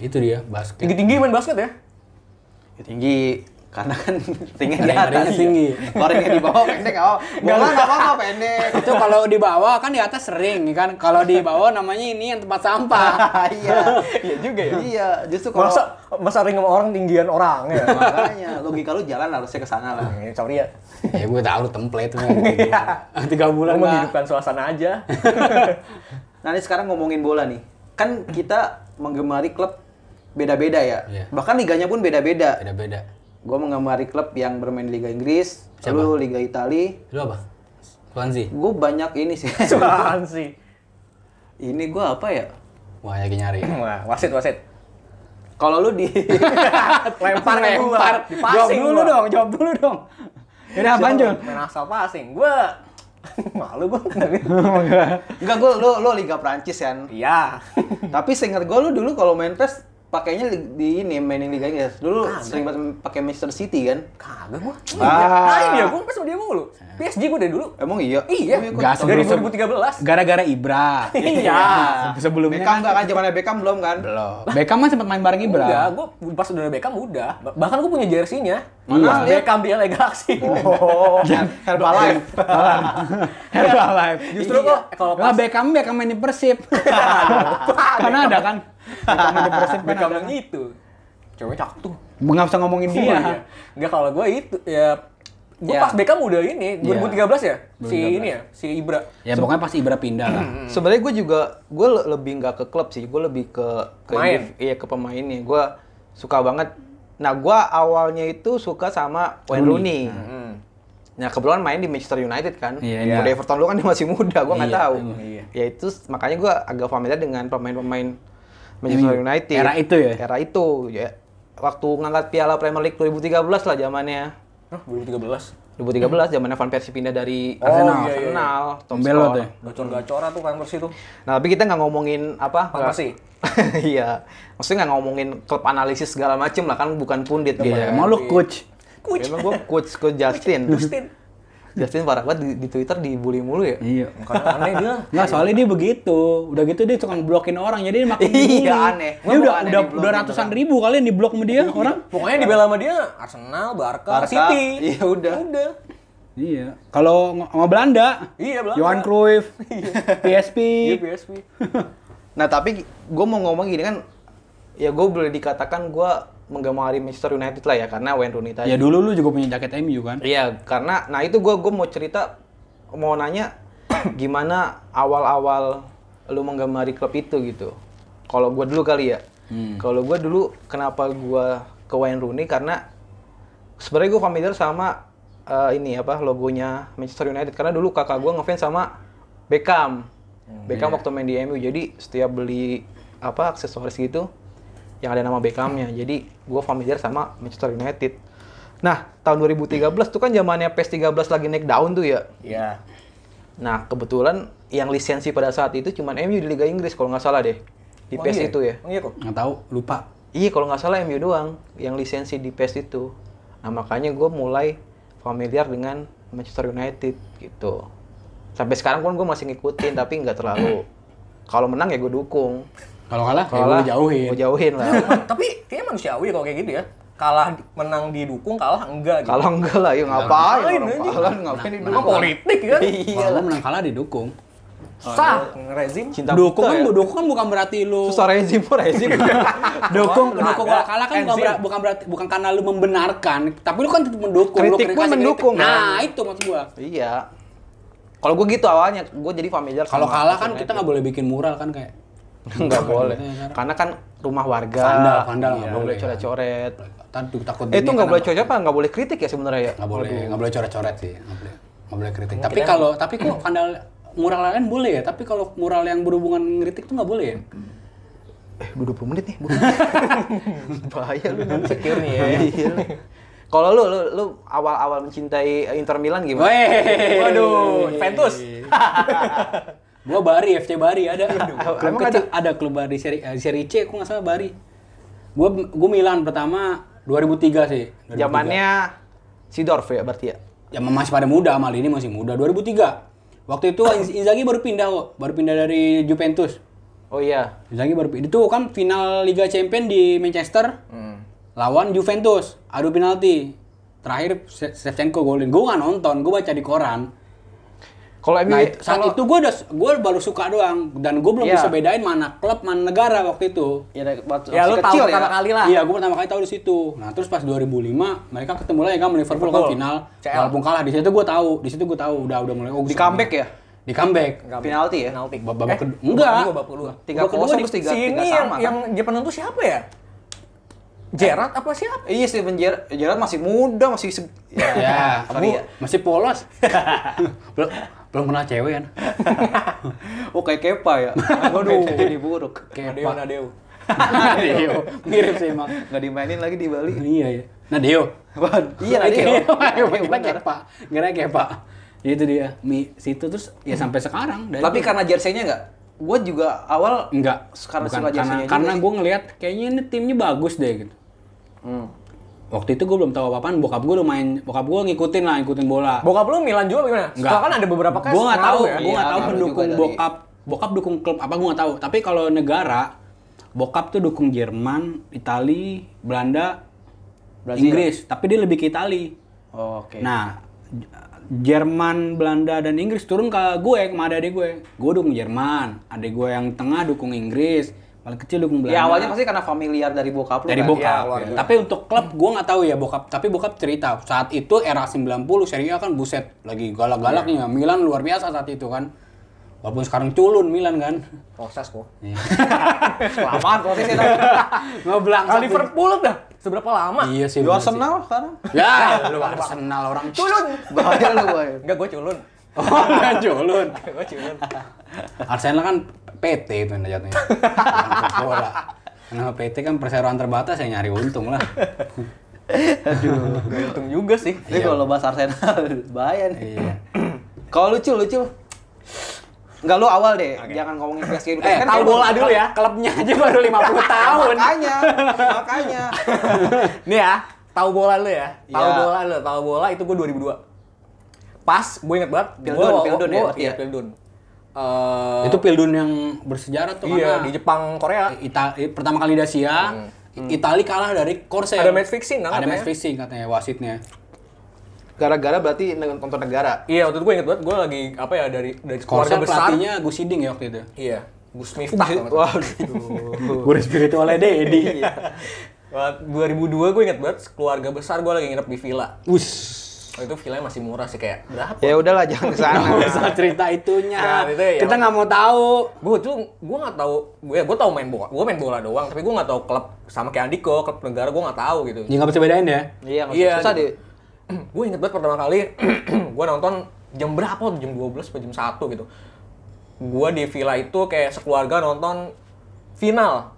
Speaker 2: Itu dia basket.
Speaker 1: Tinggi-tinggi main basket ya?
Speaker 3: Ya, tinggi karena kan tinggi di
Speaker 2: Baring-
Speaker 3: atas
Speaker 2: baringnya tinggi.
Speaker 3: Baringnya di bawah pendek oh. Bola enggak apa-apa pendek.
Speaker 2: itu kalau di bawah kan di atas sering kan. Kalau di bawah namanya ini yang tempat sampah.
Speaker 3: Iya. Iya juga ya. Iya, justru kalau
Speaker 1: Masa masa ring sama orang tinggian orang ya?
Speaker 3: makanya logika lu jalan harusnya ke sana lah.
Speaker 1: Ya, Sorry ya.
Speaker 2: ya gue tahu lu template mah. Ah, Tiga bulan
Speaker 1: Gue
Speaker 2: mah.
Speaker 1: menghidupkan suasana aja.
Speaker 3: Nah, ini sekarang ngomongin bola nih. Kan kita menggemari klub beda-beda ya.
Speaker 2: Iya.
Speaker 3: Bahkan liganya pun beda-beda.
Speaker 2: Beda-beda.
Speaker 3: Gue menggemari klub yang bermain Liga Inggris,
Speaker 2: Siapa?
Speaker 3: lu Liga Itali.
Speaker 2: Lu apa? Swansea?
Speaker 3: Gue banyak ini sih.
Speaker 1: Suahan sih.
Speaker 3: ini gue apa ya?
Speaker 2: Wah, lagi nyari.
Speaker 1: Wah, wasit wasit.
Speaker 3: Kalau lu di
Speaker 1: Lempar ke gua.
Speaker 2: Lempar. Jawab
Speaker 1: Dipasing
Speaker 2: dulu
Speaker 1: gua.
Speaker 2: dong, jawab dulu dong. Yaudah, apaan Jul?
Speaker 1: Main asal passing. Gue malu gue.
Speaker 3: Enggak, gue lu lu Liga Prancis kan.
Speaker 1: Iya.
Speaker 3: Tapi seingat gue lu dulu kalau main PES pakainya li- di ini mainin Liga Inggris. Dulu sering banget pakai Manchester City kan.
Speaker 1: Kagak gue.
Speaker 3: Ah.
Speaker 1: Nah ini ya, gue pas sama dia mulu. PSG gue dari dulu.
Speaker 3: Emang iya?
Speaker 1: Iya.
Speaker 3: Gua ikut.
Speaker 2: Gas
Speaker 1: Dari
Speaker 2: sebelum-
Speaker 1: 2013.
Speaker 2: Gara-gara Ibra.
Speaker 1: Iya.
Speaker 2: Se- Sebelumnya
Speaker 3: Beckham
Speaker 2: kan
Speaker 3: enggak kan zamannya Beckham belum kan?
Speaker 2: belum. Beckham kan sempat main bareng Ibra.
Speaker 1: Udah, gue pas udah ada Beckham udah. Ba- Bahkan gue punya jersinya.
Speaker 3: Mana?
Speaker 1: Iya. Beckham dia lagi galaksi.
Speaker 3: Oh, Herbalife.
Speaker 2: Herbalife.
Speaker 1: Justru kok kalau
Speaker 2: Nah,
Speaker 1: pas
Speaker 2: Beckham Beckham main di Persib. Karena ada kan. Beckham main di Persib kan
Speaker 1: Beckham
Speaker 2: ada
Speaker 1: yang
Speaker 2: kan.
Speaker 1: itu. Cewek cakep tuh.
Speaker 2: Nggak usah ngomongin
Speaker 1: Iya.
Speaker 2: dia.
Speaker 1: Enggak kalau gue itu ya gue
Speaker 3: Iya.
Speaker 1: pas Beckham udah ini 2013 ya si
Speaker 2: 2013.
Speaker 1: ini ya si Ibra.
Speaker 2: Ya pokoknya pasti Ibra pindah lah.
Speaker 3: Hmm. Sebenarnya gue juga gue le- lebih nggak ke klub sih, gue lebih ke ke
Speaker 1: Main.
Speaker 3: indiv- iya ke pemainnya. Gue suka banget. Nah, gue awalnya itu suka sama Wayne Rooney.
Speaker 1: Hmm.
Speaker 3: Nah, kebetulan main di Manchester United kan.
Speaker 2: Iya,
Speaker 3: Iya. Udah Everton dulu kan dia masih muda, gue nggak
Speaker 2: Iya,
Speaker 3: tahu.
Speaker 1: iya.
Speaker 3: Ya itu s- makanya gue agak familiar dengan pemain-pemain Manchester
Speaker 2: Ini
Speaker 3: United.
Speaker 2: era itu ya?
Speaker 3: Era itu. Ya. Waktu ngangkat Piala Premier League 2013 lah zamannya.
Speaker 1: Hah, 2013.
Speaker 3: 2013 zamannya Van Persie pindah dari
Speaker 1: Oh, iya,
Speaker 3: Arsenal,
Speaker 1: iya, iya.
Speaker 3: Arsenal, top
Speaker 2: Tombelo
Speaker 3: scorer.
Speaker 2: tuh ya?
Speaker 1: Gacor-gacora tuh kan Persi tuh.
Speaker 3: Nah, tapi kita nggak ngomongin apa?
Speaker 1: Van
Speaker 3: nggak-
Speaker 1: Persie?
Speaker 3: Iya. Maksudnya nggak ngomongin klub analisis segala macem lah kan bukan pundit gitu.
Speaker 2: Iya,
Speaker 3: kan.
Speaker 2: emang lu coach.
Speaker 1: Kuc.
Speaker 3: Emang gue coach coach Justin.
Speaker 1: Justin.
Speaker 3: Justin parah banget di, di Twitter dibully mulu ya.
Speaker 2: Iya.
Speaker 1: Bukan aneh dia.
Speaker 2: Nggak, soalnya dia begitu. Udah gitu dia tukang blokin orang, jadi dia makin
Speaker 3: Iya,
Speaker 2: dibully.
Speaker 3: aneh.
Speaker 2: Dia
Speaker 3: Emang
Speaker 2: udah
Speaker 3: aneh
Speaker 2: udah
Speaker 3: diblok
Speaker 2: udah
Speaker 3: gitu
Speaker 2: ratusan
Speaker 3: kan.
Speaker 2: ribu kali yang diblok sama dia orang.
Speaker 1: Pokoknya dibela sama dia Arsenal, Barca,
Speaker 3: Barca,
Speaker 1: City.
Speaker 3: iya udah.
Speaker 1: Udah.
Speaker 2: Iya. Kalau ng- sama Belanda,
Speaker 1: Iya, Belanda.
Speaker 2: Johan Cruyff, PSP.
Speaker 1: Iya PSV.
Speaker 3: Nah, tapi gue mau ngomong gini kan ya gue boleh dikatakan gue menggemari Manchester United lah ya karena Wayne Rooney tadi.
Speaker 2: Ya dulu lu juga punya jaket MU kan?
Speaker 3: Iya, karena nah itu gua gua mau cerita mau nanya gimana awal-awal lu menggemari klub itu gitu. Kalau gua dulu kali ya. Kalau gua dulu kenapa gua ke Wayne Rooney karena sebenarnya gua familiar sama eh, ini apa logonya Manchester United karena dulu kakak gua ngefans sama Beckham. Beckham waktu main di MU. Jadi setiap beli apa aksesoris gitu yang ada nama Beckhamnya. Jadi gua familiar sama Manchester United. Nah, tahun 2013 tuh kan zamannya PES 13 lagi naik daun tuh ya.
Speaker 1: Iya.
Speaker 3: Nah, kebetulan yang lisensi pada saat itu cuman MU di Liga Inggris kalau nggak salah deh. Di
Speaker 1: Emang
Speaker 3: PES
Speaker 1: iya?
Speaker 3: itu ya.
Speaker 1: Emang Iya kok.
Speaker 2: Nggak tahu, lupa.
Speaker 3: Iya, kalau nggak salah MU doang yang lisensi di PES itu. Nah, makanya gue mulai familiar dengan Manchester United gitu. Sampai sekarang pun gue masih ngikutin tapi nggak terlalu. Kalau menang ya gue dukung.
Speaker 2: Kalau kalah,
Speaker 3: Kalau
Speaker 2: ya
Speaker 3: kalah,
Speaker 2: gue jauhin.
Speaker 3: Gue jauhin lah.
Speaker 1: Tapi kayaknya manusiawi kalau kayak gitu ya. Kalah menang didukung, kalah enggak gitu.
Speaker 3: Kalau enggak lah, ya ngapain?
Speaker 1: Ngapain
Speaker 3: orang
Speaker 1: aja?
Speaker 3: kalah, ngapain
Speaker 1: Emang
Speaker 3: didukung?
Speaker 1: politik kan?
Speaker 2: Kalau lu menang kalah didukung.
Speaker 1: Sah rezim.
Speaker 3: Cinta
Speaker 2: dukung
Speaker 3: buta
Speaker 2: kan,
Speaker 3: ya.
Speaker 2: dukung kan bukan berarti lu
Speaker 3: Susah rezim, kok rezim.
Speaker 2: dukung
Speaker 1: Ada.
Speaker 2: dukung kalau kalah kan bukan,
Speaker 1: Enzim.
Speaker 2: ber- bukan berarti bukan karena lu membenarkan, tapi lu kan tetap mendukung. Lu
Speaker 3: Kritik pun
Speaker 2: kasih
Speaker 3: mendukung, kan?
Speaker 2: Nah, itu maksud gua.
Speaker 3: Iya. Kalau gue gitu awalnya, gue jadi familiar.
Speaker 2: Kalau
Speaker 3: sama
Speaker 2: kalah kan
Speaker 3: Manchester
Speaker 2: kita nggak boleh bikin mural kan kayak
Speaker 3: United. nggak boleh, karena kan rumah warga.
Speaker 2: Vandal, vandal nggak
Speaker 3: nggak
Speaker 2: boleh
Speaker 3: boleh
Speaker 2: ya.
Speaker 3: coret-coret.
Speaker 2: tadi takut
Speaker 3: Eh, itu
Speaker 2: gini
Speaker 3: nggak
Speaker 2: kan
Speaker 3: boleh coret apa? Nggak boleh kritik ya sebenarnya ya.
Speaker 2: nggak boleh nggak boleh coret-coret sih nggak boleh nggak boleh kritik tapi kalau tapi kok vandal mural lain boleh ya tapi kalau mural yang berhubungan ngeritik tuh nggak boleh ya
Speaker 3: Eh, udah 20 menit nih. Bu. Bahaya lu.
Speaker 1: Secure nih ya.
Speaker 3: Iya. Kalau lu, lu, lu awal-awal mencintai Inter Milan gimana?
Speaker 2: Wey.
Speaker 1: Waduh, Juventus.
Speaker 2: gua Bari FC Bari ada klub
Speaker 3: emang
Speaker 2: kecil ada klub Bari seri eh, seri C aku nggak salah Bari gua gua Milan pertama 2003 sih 2003.
Speaker 3: Zamannya Sidorf ya berarti ya.
Speaker 2: ya masih pada muda Maldini masih muda 2003 waktu itu Inz- Inzaghi baru pindah kok baru pindah dari Juventus
Speaker 3: Oh iya.
Speaker 2: Lagi baru itu kan final Liga Champion di Manchester
Speaker 1: Hmm.
Speaker 2: lawan Juventus adu penalti terakhir Se- Shevchenko golin gue nggak nonton gue baca di koran
Speaker 3: Kalau
Speaker 2: nah itu-
Speaker 3: NBA
Speaker 2: saat itu gue udah gue baru suka doang dan gue belum
Speaker 3: Iya.
Speaker 2: bisa bedain mana klub mana negara waktu itu
Speaker 3: ya, waktu
Speaker 1: Ya, lu
Speaker 3: masih
Speaker 1: tahu
Speaker 3: kecil
Speaker 1: pertama kali lah.
Speaker 2: Iya, gue pertama kali tahu di situ. Nah, terus pas 2005 mereka ketemu lagi kan sama Liverpool kan
Speaker 1: Liverpool.
Speaker 2: final.
Speaker 1: CL.
Speaker 2: Walaupun kalah di situ gue tahu, di situ gue tahu udah udah mulai oh,
Speaker 3: Di comeback ya?
Speaker 2: Di comeback.
Speaker 3: Penalti ya?
Speaker 1: Penalti.
Speaker 2: Bab-
Speaker 1: Eh,
Speaker 2: babak kedua- enggak.
Speaker 1: babak kedua, babak kedua.
Speaker 3: Tiga
Speaker 2: Babak kedua
Speaker 3: kosong
Speaker 2: di-
Speaker 3: terus tiga
Speaker 1: si
Speaker 3: tiga
Speaker 1: ini yang,
Speaker 3: sama.
Speaker 1: yang
Speaker 3: kan?
Speaker 1: dia penentu siapa ya? Gerard apa siapa?
Speaker 3: Iya Steven Gerrard Gerrard masih muda masih se-
Speaker 2: Ya, kamu
Speaker 3: sorry ya.
Speaker 2: masih polos. belum belum pernah cewek kan.
Speaker 3: Oh kayak Kepa ya. Aduh jadi buruk.
Speaker 1: Nadeo, Nadeo.
Speaker 2: Nadeo. Mirip sih emang.
Speaker 3: Nggak dimainin lagi di Bali.
Speaker 2: Iya ya. Nadeo.
Speaker 3: Apaan? Iya nanti
Speaker 2: Nadeo. Nadeo. Kira
Speaker 3: bener.
Speaker 2: kepa. Kira kepa. Ya, Itu dia. Mi situ terus ya sampai sekarang. Dari
Speaker 3: Hmm. Tapi karena jersey-nya nggak, gue juga awal
Speaker 2: enggak
Speaker 3: Sekarang
Speaker 2: bukan,
Speaker 3: suka
Speaker 2: karena
Speaker 3: jersey-nya juga
Speaker 2: karena
Speaker 3: sih. Hmm.
Speaker 2: gue ngelihat kayaknya ini timnya bagus deh gitu. Waktu itu gue belum tahu apa-apaan, bokap gue udah main, bokap gue ngikutin lah, ngikutin bola.
Speaker 1: Bokap lu Milan juga gimana?
Speaker 2: Enggak.
Speaker 1: Soalnya kan ada beberapa kasus
Speaker 2: Gua nggak tahu,
Speaker 1: ngaruh ya.
Speaker 2: gua nggak
Speaker 3: Iya,
Speaker 2: tahu
Speaker 3: ngaruh
Speaker 2: pendukung
Speaker 3: juga dari-
Speaker 2: bokap, bokap dukung klub apa gua nggak tahu. Tapi kalau negara, bokap tuh dukung Jerman, Itali, Belanda,
Speaker 3: Brazil.
Speaker 2: Inggris. Tapi dia lebih ke Itali.
Speaker 3: Oh, Oke.
Speaker 2: Nah, J- Jerman, Belanda, dan Inggris turun ke gue, ke ada adik gue. Gue dukung Jerman, adik gue yang tengah dukung Inggris, paling kecil dukung Belanda.
Speaker 3: ya awalnya pasti karena familiar dari bokap lu
Speaker 2: dari
Speaker 3: kan?
Speaker 1: Iya,
Speaker 2: bokap.
Speaker 1: keluarga.
Speaker 2: Tapi untuk klub gue nggak tahu ya bokap. Tapi bokap cerita saat itu era 90 Serie A kan buset lagi
Speaker 3: Iya.
Speaker 2: galak-galaknya. Milan luar biasa saat itu kan. Walaupun sekarang culun Milan kan.
Speaker 1: Proses kok.
Speaker 3: Kelamaan prosesnya
Speaker 2: Iya,
Speaker 3: tau.
Speaker 2: Ngeblang.
Speaker 1: Kalau
Speaker 2: satu-
Speaker 1: Liverpool udah seberapa lama?
Speaker 2: Iya sih.
Speaker 3: Di
Speaker 2: bener
Speaker 3: Arsenal sekarang.
Speaker 2: sih. Ya, lu Arsenal orang culun.
Speaker 3: Bahaya lu bahaya.
Speaker 1: Enggak, gue culun.
Speaker 2: Oh, nggak culun.
Speaker 1: Gue culun.
Speaker 2: Arsenal kan PT itu yang jatuhnya. Bukan klub Bola. Nah, PT kan perseroan terbatas yang nyari untung lah.
Speaker 1: Gak untung juga sih.
Speaker 3: Ini kalau bahas Arsenal bahaya nih.
Speaker 2: Iya.
Speaker 3: Kalau lucu lucu. Enggak lu awal deh, jangan ngomongin PSG dulu.
Speaker 2: Eh,
Speaker 3: Kan
Speaker 2: tahu
Speaker 3: kayak-
Speaker 2: bola dulu ya. Klubnya aja baru 50 tahun.
Speaker 3: Makanya, makanya.
Speaker 1: Nih ya, tahu bola lu ya. Tahu
Speaker 3: Iya.
Speaker 1: bola lu, tahu bola itu gue 2002. Pas, gue inget banget.
Speaker 3: Pildun,
Speaker 1: gua-
Speaker 3: Pildun
Speaker 1: gua-
Speaker 3: ya, berarti
Speaker 1: Iya,
Speaker 3: ya?
Speaker 1: Pildun. Eh,
Speaker 2: Itu Pildun yang bersejarah tuh
Speaker 1: iya,
Speaker 2: karena
Speaker 1: di Jepang, Korea.
Speaker 2: Ita- pertama kali di Asia, Itali kalah dari Korsel.
Speaker 1: Hmm. Ada match fixing kan
Speaker 2: Ada
Speaker 1: katanya?
Speaker 2: match fixing katanya wasitnya.
Speaker 3: Gara-gara berarti nonton negara.
Speaker 1: Iya, waktu itu gue inget banget, gue lagi, apa ya, dari dari keluarga
Speaker 2: Korsel
Speaker 1: besar.
Speaker 2: pelatihnya Gus Hiding ya waktu itu.
Speaker 1: Iya, Gus Miftah. kalau nggak salah.
Speaker 3: Waduh.
Speaker 2: Guru spiritualnya Dedi.
Speaker 1: Iya. Wah, 2002 gue inget banget, keluarga besar gue lagi nginep di villa.
Speaker 2: Us.
Speaker 1: Waktu itu villanya masih murah sih, kayak berapa?
Speaker 3: Ya udahlah jangan ke sana.
Speaker 2: Nggak usah cerita itunya.
Speaker 1: Nah, itu ya.
Speaker 2: Kita nggak mau tahu.
Speaker 1: gue tuh gue nggak tahu gue gue tahu main bola gue main bola doang tapi gue nggak tahu klub sama kayak Andiko klub negara gue nggak tahu gitu
Speaker 2: Ya nggak bisa bedain ya.
Speaker 3: Iya, nggak
Speaker 1: Iya,
Speaker 3: usah- susah
Speaker 1: gitu.
Speaker 3: deh.
Speaker 1: gue inget banget pertama kali gue nonton jam berapa tuh jam 12 atau jam 1 gitu gue di villa itu kayak sekeluarga nonton final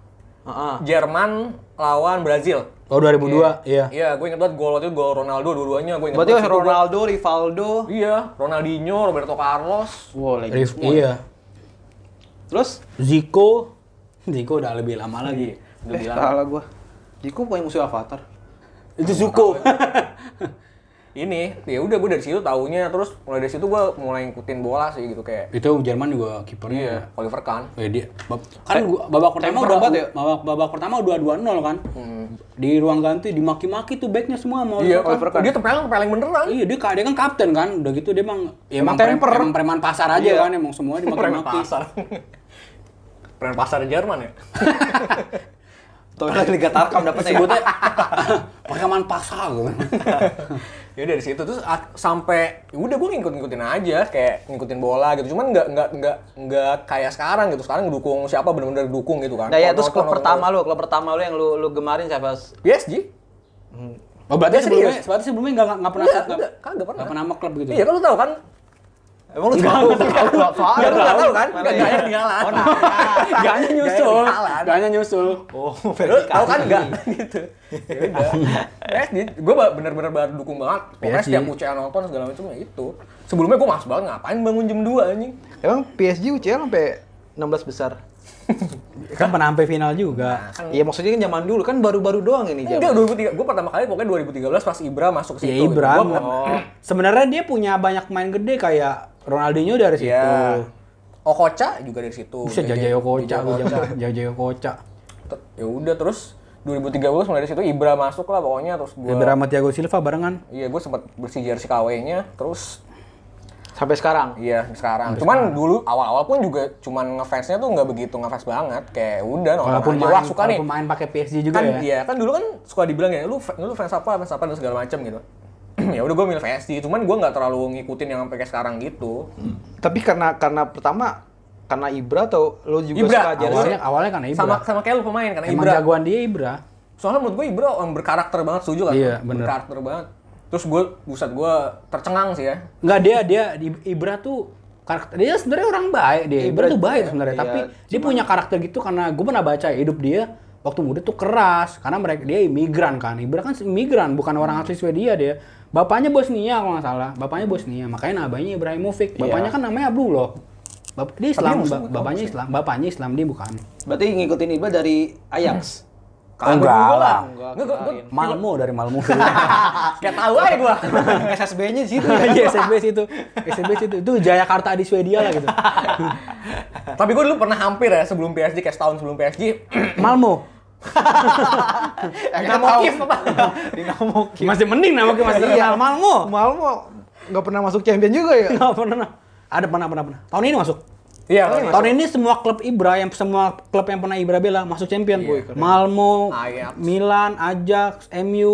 Speaker 3: Heeh.
Speaker 1: Jerman lawan Brazil
Speaker 2: Oh 2002, iya.
Speaker 1: iya gue inget banget gol waktu itu gol Ronaldo dua-duanya gue inget
Speaker 3: Berarti
Speaker 1: banget situ gua-
Speaker 3: Ronaldo, Rivaldo.
Speaker 1: iya Ronaldinho Roberto Carlos
Speaker 3: Wow,
Speaker 2: Rif- iya.
Speaker 3: Terus?
Speaker 2: Zico, Zico udah lebih lama lagi.
Speaker 1: Udah
Speaker 3: eh,
Speaker 1: bilang.
Speaker 3: salah gua. Jiku punya musuh Avatar.
Speaker 2: Itu Zuko.
Speaker 1: ini ya udah gue dari situ taunya terus mulai dari situ gue mulai ngikutin bola sih gitu kayak
Speaker 2: itu Jerman juga kipernya.
Speaker 1: Iya, Oliver Kahn.
Speaker 2: Eh, dia bab- kan gua- babak pertama
Speaker 3: temper
Speaker 2: udah
Speaker 3: banget ya?
Speaker 2: babak, babak pertama udah 2-0 kan. Di ruang ganti dimaki-maki tuh backnya semua mau.
Speaker 1: Iya,
Speaker 3: Oliver
Speaker 1: Oliver
Speaker 3: Kahn.
Speaker 1: Dia tempeleng tempeleng beneran.
Speaker 2: Iya, dia, ka- dia kan kapten kan. Udah gitu dia emang ya emang
Speaker 3: Emang
Speaker 2: pre-
Speaker 3: temper.
Speaker 2: emang preman pasar aja
Speaker 3: Iya.
Speaker 2: kan emang semua
Speaker 1: Preman
Speaker 2: dimaki-maki.
Speaker 1: pasar. Preman pasar Jerman ya.
Speaker 3: Tuh lagi Liga Tarkam dapetnya ya.
Speaker 2: Sebutnya preman pasar. gitu.
Speaker 1: ya dari situ terus ak- sampai ya udah gue ngikut-ngikutin aja kayak ngikutin bola gitu. Cuman nggak nggak nggak nggak kayak sekarang gitu. Sekarang dukung siapa benar-benar dukung gitu kan.
Speaker 3: Nah ya
Speaker 1: Kalau
Speaker 3: terus
Speaker 1: nonton-
Speaker 3: klub
Speaker 1: nonton-
Speaker 3: pertama lu, klub pertama lu yang lu lu gemarin siapa?
Speaker 1: PSG.
Speaker 2: Oh, berarti
Speaker 1: Dia
Speaker 2: sebelumnya
Speaker 1: serius?
Speaker 2: berarti sebelumnya enggak enggak pernah
Speaker 1: Enggak,
Speaker 2: nggak-
Speaker 1: enggak, kagak pernah.
Speaker 2: nggak pernah sama klub gitu.
Speaker 1: Iya kan lu tahu kan?
Speaker 3: Emang lu tahu?
Speaker 1: Enggak
Speaker 3: Enggak
Speaker 1: lu nggak tahu kan?
Speaker 3: Mana
Speaker 1: Enggak
Speaker 3: ya?
Speaker 1: gaya tinggalan.
Speaker 3: Oh, nah.
Speaker 2: Gaknya ya. nyusul.
Speaker 1: Gaya kenalan.
Speaker 2: Gaknya nyusul.
Speaker 3: Oh,
Speaker 1: Lu tahu kan enggak gitu. Ya udah. PSG gue bener-bener baru dukung banget. Pokoknya
Speaker 2: PSG.
Speaker 1: setiap UCL nonton segala macam ya itu. Sebelumnya gue mas banget ngapain bangun jam 2 anjing.
Speaker 3: Emang PSG UCL sampai 16 besar.
Speaker 2: Kan pernah sampai final juga.
Speaker 1: Nah,
Speaker 3: Iya maksudnya kan zaman dulu kan baru-baru doang ini
Speaker 1: Enggak
Speaker 3: zaman.
Speaker 1: 2003. Gue pertama kali pokoknya 2013 pas Ibra masuk ke situ.
Speaker 2: Iya, Ya Ibra.
Speaker 1: Gitu. Gua-
Speaker 2: Sebenarnya dia punya banyak main gede kayak Ronaldinho dari situ.
Speaker 1: Iya. Okocha juga dari situ.
Speaker 2: Bisa Jajayo Koca, Jajayo Koca.
Speaker 1: Ter- Ya udah terus 2013 mulai dari situ Ibra masuk lah pokoknya terus gua
Speaker 2: Ibra sama Thiago Silva barengan.
Speaker 1: Iya, gue sempat bersih jersey KW-nya, terus
Speaker 3: Sampai sekarang.
Speaker 1: iya sekarang. cuman dulu awal-awal pun juga cuman ngefansnya tuh nggak begitu ngefans banget, kayak udah nonton
Speaker 2: Walaupun
Speaker 1: aja.
Speaker 2: main,
Speaker 1: Wah, suka nih.
Speaker 2: walaupun main pakai PSG juga
Speaker 1: kan
Speaker 2: ya.
Speaker 1: iya kan dulu kan suka dibilang ya lu fa- lu fans apa fans apa dan segala macam gitu ya udah gue milih PSG cuman gue nggak terlalu ngikutin yang sampai kayak sekarang gitu
Speaker 3: Tapi karena karena pertama karena Ibra atau lo juga
Speaker 1: Ibra,
Speaker 3: suka jersey?
Speaker 2: Awalnya awalnya karena Ibra.
Speaker 1: sama sama kayak lu pemain karena
Speaker 2: Emang
Speaker 1: Ibra
Speaker 2: jagoan dia Ibra.
Speaker 1: soalnya menurut gue Ibra orang berkarakter banget setuju kan
Speaker 2: Iya, bener.
Speaker 1: berkarakter banget terus gue buset gue tercengang sih ya
Speaker 2: Enggak dia dia di- Ibra tuh karakter dia sebenarnya orang baik dia. Ibra,
Speaker 3: Ibra
Speaker 2: tuh baik sebenarnya,
Speaker 3: iya,
Speaker 2: tapi dia punya karakter gitu karena gue pernah baca hidup dia waktu muda tuh keras karena mereka dia imigran kan. Ibra kan imigran bukan orang asli Swedia dia. Bapaknya Bosnia kalau nggak salah, bapaknya Bosnia, makanya namanya Ibrahimovic. Bapaknya kan namanya Abdullah. Bap dia Islam,
Speaker 1: Muslim
Speaker 2: ba-
Speaker 1: kan?
Speaker 2: bapaknya Islam, bapaknya Islam dia bukan.
Speaker 3: Berarti ngikutin Ibra dari Ajax.
Speaker 1: juga
Speaker 2: Enggak lah.
Speaker 1: Enggak,
Speaker 3: Enggak,
Speaker 1: gue gue
Speaker 2: Malmo dari Malmo.
Speaker 1: kayak tahu aja gue
Speaker 3: Hmm. SSB-nya sih
Speaker 2: Iya, SSB situ. SSB situ. Itu Jayakarta di Swedia lah gitu.
Speaker 1: tapi gue dulu pernah hampir ya sebelum PSG kayak setahun sebelum PSG
Speaker 2: Malmo. Iya,
Speaker 1: Dinamo Kiev apa
Speaker 3: Dinamo
Speaker 2: Masih mending namanya masih
Speaker 3: Iya.
Speaker 2: terkenal Malmo.
Speaker 3: Malmo nggak pernah masuk champion juga ya?
Speaker 2: Nggak pernah. Ada pernah pernah pernah. Tahun ini masuk.
Speaker 1: iya
Speaker 2: Tahun ini semua klub Ibra yang semua klub yang pernah Ibra bela masuk champion.
Speaker 1: Wih,
Speaker 2: Iya, Keren. Ah, iya, Malmo,
Speaker 1: Ajax.
Speaker 2: Milan, Ajax, MU,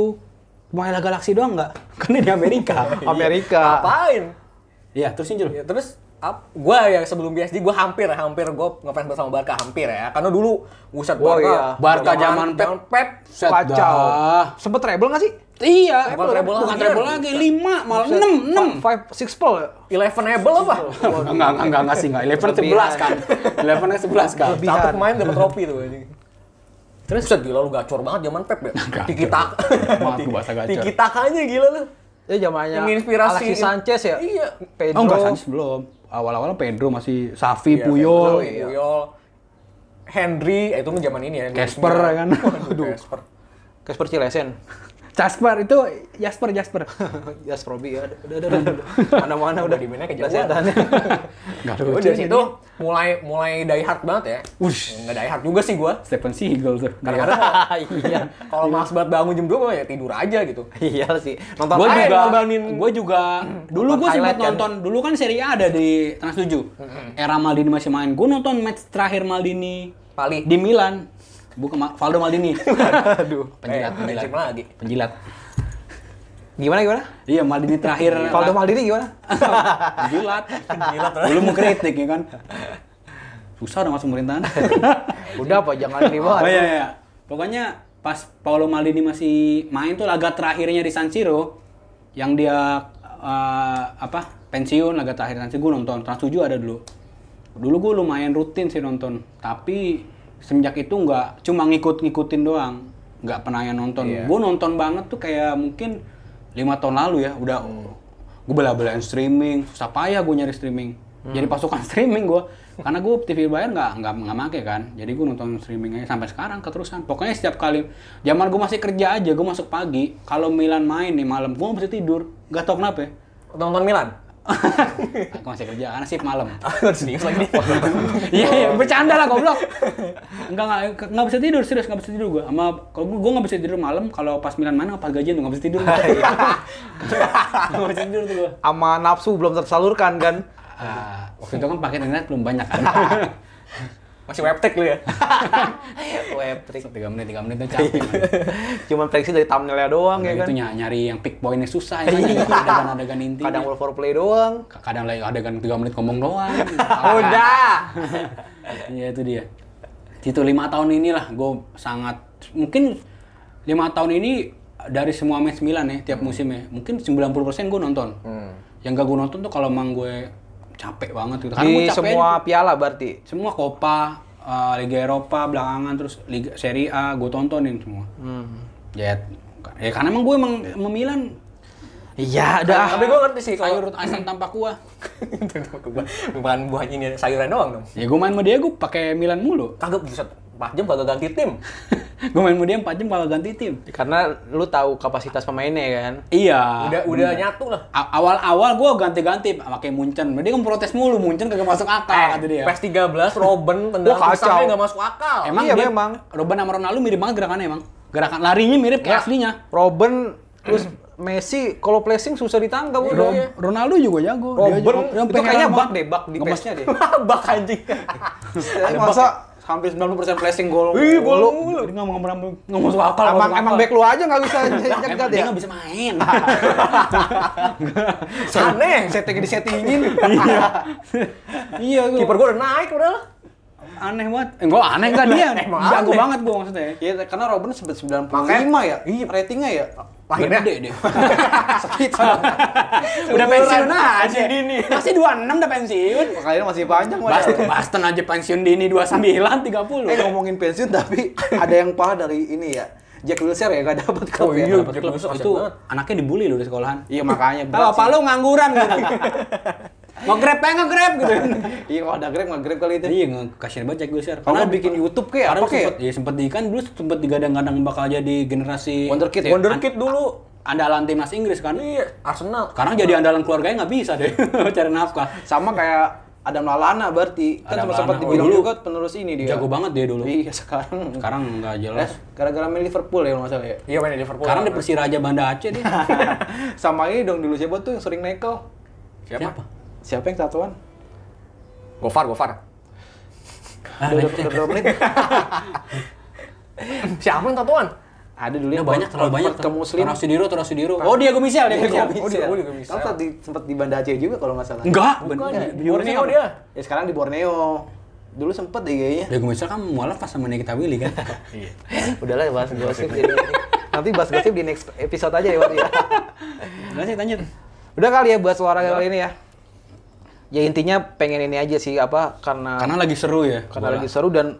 Speaker 2: cuma Ella Galaxy doang nggak? Karena di Amerika.
Speaker 3: Amerika.
Speaker 1: apain
Speaker 2: Iya, terus Injil.
Speaker 1: Ya, terus ap, gue yang sebelum PSG gue hampir hampir gue ngefans bersama Barca hampir ya karena dulu buset
Speaker 3: Oh,
Speaker 1: Barca
Speaker 3: iya.
Speaker 2: Barca zaman
Speaker 1: Pep, Pep
Speaker 2: Set
Speaker 3: Kacau.
Speaker 2: dah.
Speaker 3: Sempet treble nggak sih?
Speaker 2: Iya,
Speaker 1: Bukan treble lagi.
Speaker 2: bukan treble lagi, lima, malah enam, enam.
Speaker 3: Fi- Five, six ya? pole.
Speaker 1: Eleven Able apa
Speaker 2: Enggak, enggak, enggak, enggak sih, enggak. Eleven sebelas kan. Eleven sebelas kan.
Speaker 1: satu
Speaker 3: Bihan.
Speaker 1: pemain dapat trofi tuh anjing. terus buset gila lu gacor banget zaman Pep ya
Speaker 2: Gacor.
Speaker 1: tiki taka
Speaker 2: Maaf, gua bahasa gacor.
Speaker 1: tiki takanya gila lu
Speaker 3: Ya zamannya
Speaker 1: Yang inspirasi-
Speaker 3: Alexis Sanchez ya?
Speaker 1: Iya.
Speaker 3: Pedro.
Speaker 2: Oh enggak, Sanchez belum. Awal-awal Iya, Pedro masih Safi,
Speaker 1: Pedro,
Speaker 2: Puyol,
Speaker 1: Iya, Puyol Henry eh, itu mah zaman ini ya
Speaker 2: Casper, ya kan?
Speaker 1: Waduh, Casper
Speaker 3: Casper Cilesen.
Speaker 2: Jasper itu Jasper Jasper.
Speaker 3: Yas Probi ya. Udah, udah, udah. udah. Mana-mana udah.
Speaker 1: Udah di mainnya kejauhan.
Speaker 3: Setannya.
Speaker 2: Enggak
Speaker 1: Gua dari situ mulai mulai die hard banget ya
Speaker 2: Wush.
Speaker 1: nggak die hard juga sih gue
Speaker 2: Stephen Seagal tuh.
Speaker 1: kadang-kadang kalau-
Speaker 2: Iya.
Speaker 1: kalau mas banget bangun jam 2 ya tidur aja gitu
Speaker 3: Iya sih. Nonton
Speaker 2: Gue
Speaker 1: Gua-
Speaker 3: aja.
Speaker 2: juga,
Speaker 1: ngorbanin-
Speaker 2: gue juga, dulu
Speaker 3: Nonton
Speaker 2: gue sempat
Speaker 3: highlight kan.
Speaker 2: nonton, dulu kan Serie A ada di Trans 7. Era Maldini masih main. Gue nonton match terakhir Maldini
Speaker 1: Pali.
Speaker 2: di Milan. Bukan Ma- Valdo Maldini. Aduh,
Speaker 1: Eh,
Speaker 2: penjilat, penjilat.
Speaker 1: kencing lagi.
Speaker 2: Penjilat.
Speaker 3: Gimana gimana?
Speaker 2: Iya, Maldini terakhir.
Speaker 3: Valdo Maldini gimana?
Speaker 2: penjilat. Dulu mau kritik ya kan. Susah dong masuk pemerintahan.
Speaker 3: Udah apa jangan ini
Speaker 2: Oh iya,
Speaker 3: banget.
Speaker 2: iya. Pokoknya pas Paolo Maldini masih main tuh laga terakhirnya di San Siro yang dia eh, apa pensiun laga terakhir San Siro gue nonton Trans 7 ada dulu. Dulu gue lumayan rutin sih nonton, tapi semenjak itu nggak cuma ngikut-ngikutin doang, nggak pernah yang nonton.
Speaker 1: Iya.
Speaker 2: Gue nonton banget tuh kayak mungkin lima tahun lalu ya, udah gue bela-belain streaming, susah payah gue nyari streaming. Jadi pasukan streaming gue, karena gue TV bayar nggak nggak nggak make kan, jadi gue nonton streaming aja sampai sekarang keterusan. Pokoknya setiap kali, zaman gue masih kerja aja, gue masuk pagi, kalau Milan main nih malam, gue bisa tidur, nggak tau kenapa. ya.
Speaker 1: Nonton Milan.
Speaker 2: Aku masih kerja, karena sih malam.
Speaker 1: Aku harus serius lagi nih.
Speaker 2: Iya, iya, bercanda lah goblok. Enggak, enggak, enggak bisa tidur, serius enggak bisa tidur gua. Sama kalau gua, gua enggak bisa tidur malam, kalau pas Milan main pas gajian tuh enggak bisa tidur. Enggak bisa tidur tuh gua.
Speaker 3: Sama nafsu belum tersalurkan kan.
Speaker 2: Ah, waktu itu kan paket internet belum banyak kan.
Speaker 1: Masih webtek lu ya.
Speaker 3: Web trick.
Speaker 2: 3 menit, 3 menit tuh capek. man.
Speaker 3: Cuman prediksi dari thumbnailnya doang ya
Speaker 2: Nah,
Speaker 3: kan.
Speaker 2: itu ny- nyari yang pick pointnya susah ya kan. Adegan-adegan intinya.
Speaker 3: Kadang all for play doang.
Speaker 2: kadang lagi adegan 3 menit ngomong doang.
Speaker 3: Udah.
Speaker 2: Iya itu dia. Itu lima tahun inilah gue sangat mungkin lima tahun ini dari semua match Milan ya tiap musim ya mungkin 90% gue nonton. Yang gak gue nonton tuh kalau emang gue capek banget gitu. Karena
Speaker 3: Di
Speaker 2: gua capek
Speaker 3: semua piala berarti.
Speaker 2: aja. semua Copa, eh, Liga Eropa belakangan terus Liga Serie A gue tontonin semua.
Speaker 3: Hmm.
Speaker 2: Ya, ya karena emang gue emang sama Milan
Speaker 3: Iya,
Speaker 1: Nah, Tapi
Speaker 3: dah.
Speaker 1: gue ngerti sih kalau
Speaker 2: sayur asam tanpa kuah.
Speaker 1: Itu bukan buahnya ini sayuran doang dong.
Speaker 2: Ya gue main sama dia gue pakai Milan mulu.
Speaker 1: Kagak buset. 4 jam kagak ganti tim.
Speaker 2: gue main sama dia 4 jam kalau ganti tim.
Speaker 3: Karena lu tahu kapasitas pemainnya kan.
Speaker 2: Iya.
Speaker 1: Udah udah nyatu lah.
Speaker 2: A- awal-awal gue ganti-ganti pakai Munchen. Dia kan protes mulu Munchen kagak masuk
Speaker 1: Eh,
Speaker 3: Eh,
Speaker 2: akal kata ya. dia.
Speaker 1: PES 13 Robben tendang
Speaker 3: Wah,
Speaker 1: susahnya
Speaker 3: kacau.
Speaker 1: nggak masuk akal.
Speaker 2: Emang
Speaker 3: Iya,
Speaker 2: dia
Speaker 3: memang.
Speaker 2: Robben sama Ronaldo mirip banget gerakannya emang. Gerakan larinya mirip kayak
Speaker 1: Iya.
Speaker 2: aslinya.
Speaker 3: Robben terus
Speaker 2: Hmm.
Speaker 3: Messi kalau placing susah ditangkap udah.
Speaker 2: Ro- Ronaldo juga jago.
Speaker 3: Iya. Robben
Speaker 2: Iya, dia
Speaker 3: itu kayaknya bug deh, bug di
Speaker 2: Nggak
Speaker 3: pesnya deh.
Speaker 1: Bak anjing.
Speaker 3: Ada masa hampir 90% placing gol.
Speaker 1: Wih, gol
Speaker 3: Lu-
Speaker 1: mulu.
Speaker 2: Dia nggak mau nggak masuk akal. nggak
Speaker 3: Emang
Speaker 2: masuk
Speaker 3: emang
Speaker 2: akal.
Speaker 3: back lu aja nggak bisa nyegat
Speaker 2: Emang dia
Speaker 3: ya.
Speaker 2: nggak bisa main.
Speaker 1: Aneh.
Speaker 3: Setting disettingin.
Speaker 2: iya, gua-
Speaker 1: Kiper gua udah naik udah.
Speaker 2: aneh banget. Enggak Eh, aneh enggak dia.
Speaker 1: Emang
Speaker 2: Jago
Speaker 1: aneh.
Speaker 2: banget gua maksudnya.
Speaker 3: Ya karena Robben sempat 95
Speaker 1: Makanya-
Speaker 3: ya.
Speaker 1: Iya.
Speaker 3: Ratingnya ya.
Speaker 1: Lahirnya
Speaker 2: Gede dia.
Speaker 3: Sakit.
Speaker 2: Udah
Speaker 1: Seumuran
Speaker 2: pensiun aja.
Speaker 1: masih dini.
Speaker 2: Masih 26 udah pensiun.
Speaker 3: Makanya masih panjang
Speaker 2: Bast-
Speaker 3: padahal.
Speaker 2: Basten aja pensiun dini 29,
Speaker 3: Eh
Speaker 2: 30.
Speaker 3: ngomongin pensiun tapi ada yang parah dari ini ya. Jack Wilshere ya gak dapat cup
Speaker 1: Oh,
Speaker 3: ya.
Speaker 1: iya. Jack
Speaker 2: Dapat klub.
Speaker 1: Wilson
Speaker 2: itu
Speaker 1: kasihan banget.
Speaker 2: anaknya dibully loh di sekolahan.
Speaker 3: Iya makanya
Speaker 2: Tahu apa lu ngangguran gitu. Nge-grab pengen nge-grab gitu.
Speaker 3: Iya kalau ada grab nggak grab kali itu.
Speaker 2: Iya, nge- kasihan banget Jack Wilshere.
Speaker 3: Kalau nggak bikin YouTube kayak
Speaker 2: Karena
Speaker 3: apa kayak?
Speaker 2: sempet, ya sempet di kan dulu sempet digadang-gadang bakal jadi generasi
Speaker 3: Wonderkid ya?
Speaker 1: Wonderkid dulu.
Speaker 2: andalan timnas Inggris kan.
Speaker 1: Iya, Arsenal.
Speaker 2: Sekarang jadi andalan keluarganya nggak bisa deh cari nafkah.
Speaker 3: Sama kayak Adam Lalana berarti kan
Speaker 2: Adam
Speaker 3: sempat sempat
Speaker 2: Lallana.
Speaker 3: dibilang
Speaker 2: Oh, dulu.
Speaker 3: juga penerus ini dia.
Speaker 2: Jago banget dia dulu.
Speaker 3: Iya sekarang.
Speaker 2: Sekarang nggak
Speaker 3: Eh,
Speaker 2: jelas.
Speaker 3: gara-gara main Liverpool ya kalau nggak salah ya.
Speaker 1: Iya main di Liverpool.
Speaker 2: Sekarang di Persiraja Banda Aceh dia.
Speaker 3: Sama ini dong dulu siapa tuh yang sering nekel?
Speaker 1: Siapa?
Speaker 2: Siapa?
Speaker 3: Siapa yang tatuan?
Speaker 1: Gofar, Gofar.
Speaker 2: Ah,
Speaker 3: Udah-
Speaker 2: next.
Speaker 3: udah berapa menit?
Speaker 1: Siapa yang tatuan?
Speaker 3: Ada dulu
Speaker 2: Ini
Speaker 3: yang
Speaker 2: banyak
Speaker 3: convert
Speaker 2: terlalu banyak.
Speaker 3: ke Muslim.
Speaker 2: Terus Diro, terus Diro. Oh, Diego Michel, Diego Michel.
Speaker 1: Michel.
Speaker 3: Oh, dia,
Speaker 1: Oh, dia bisa.
Speaker 3: Kan tadi sempat di Banda Aceh juga kalau nggak salah.
Speaker 2: Enggak,
Speaker 1: Bukan,
Speaker 2: bener.
Speaker 1: di Borneo dia.
Speaker 3: Ya sekarang di Borneo. Dulu sempet deh kayaknya.
Speaker 2: Diego Michel kan mualaf pas sama Nikita Willy kan.
Speaker 1: Iya.
Speaker 3: Udahlah bahas gosip jadi nanti bahas gosip di next episode aja ya. Wat, ya.
Speaker 2: Enggak sih tanya.
Speaker 3: Udah kali ya buat suara kali ini ya. Ya intinya pengen ini aja sih apa karena karena,
Speaker 2: Karena lagi seru ya. bola.
Speaker 3: lagi seru dan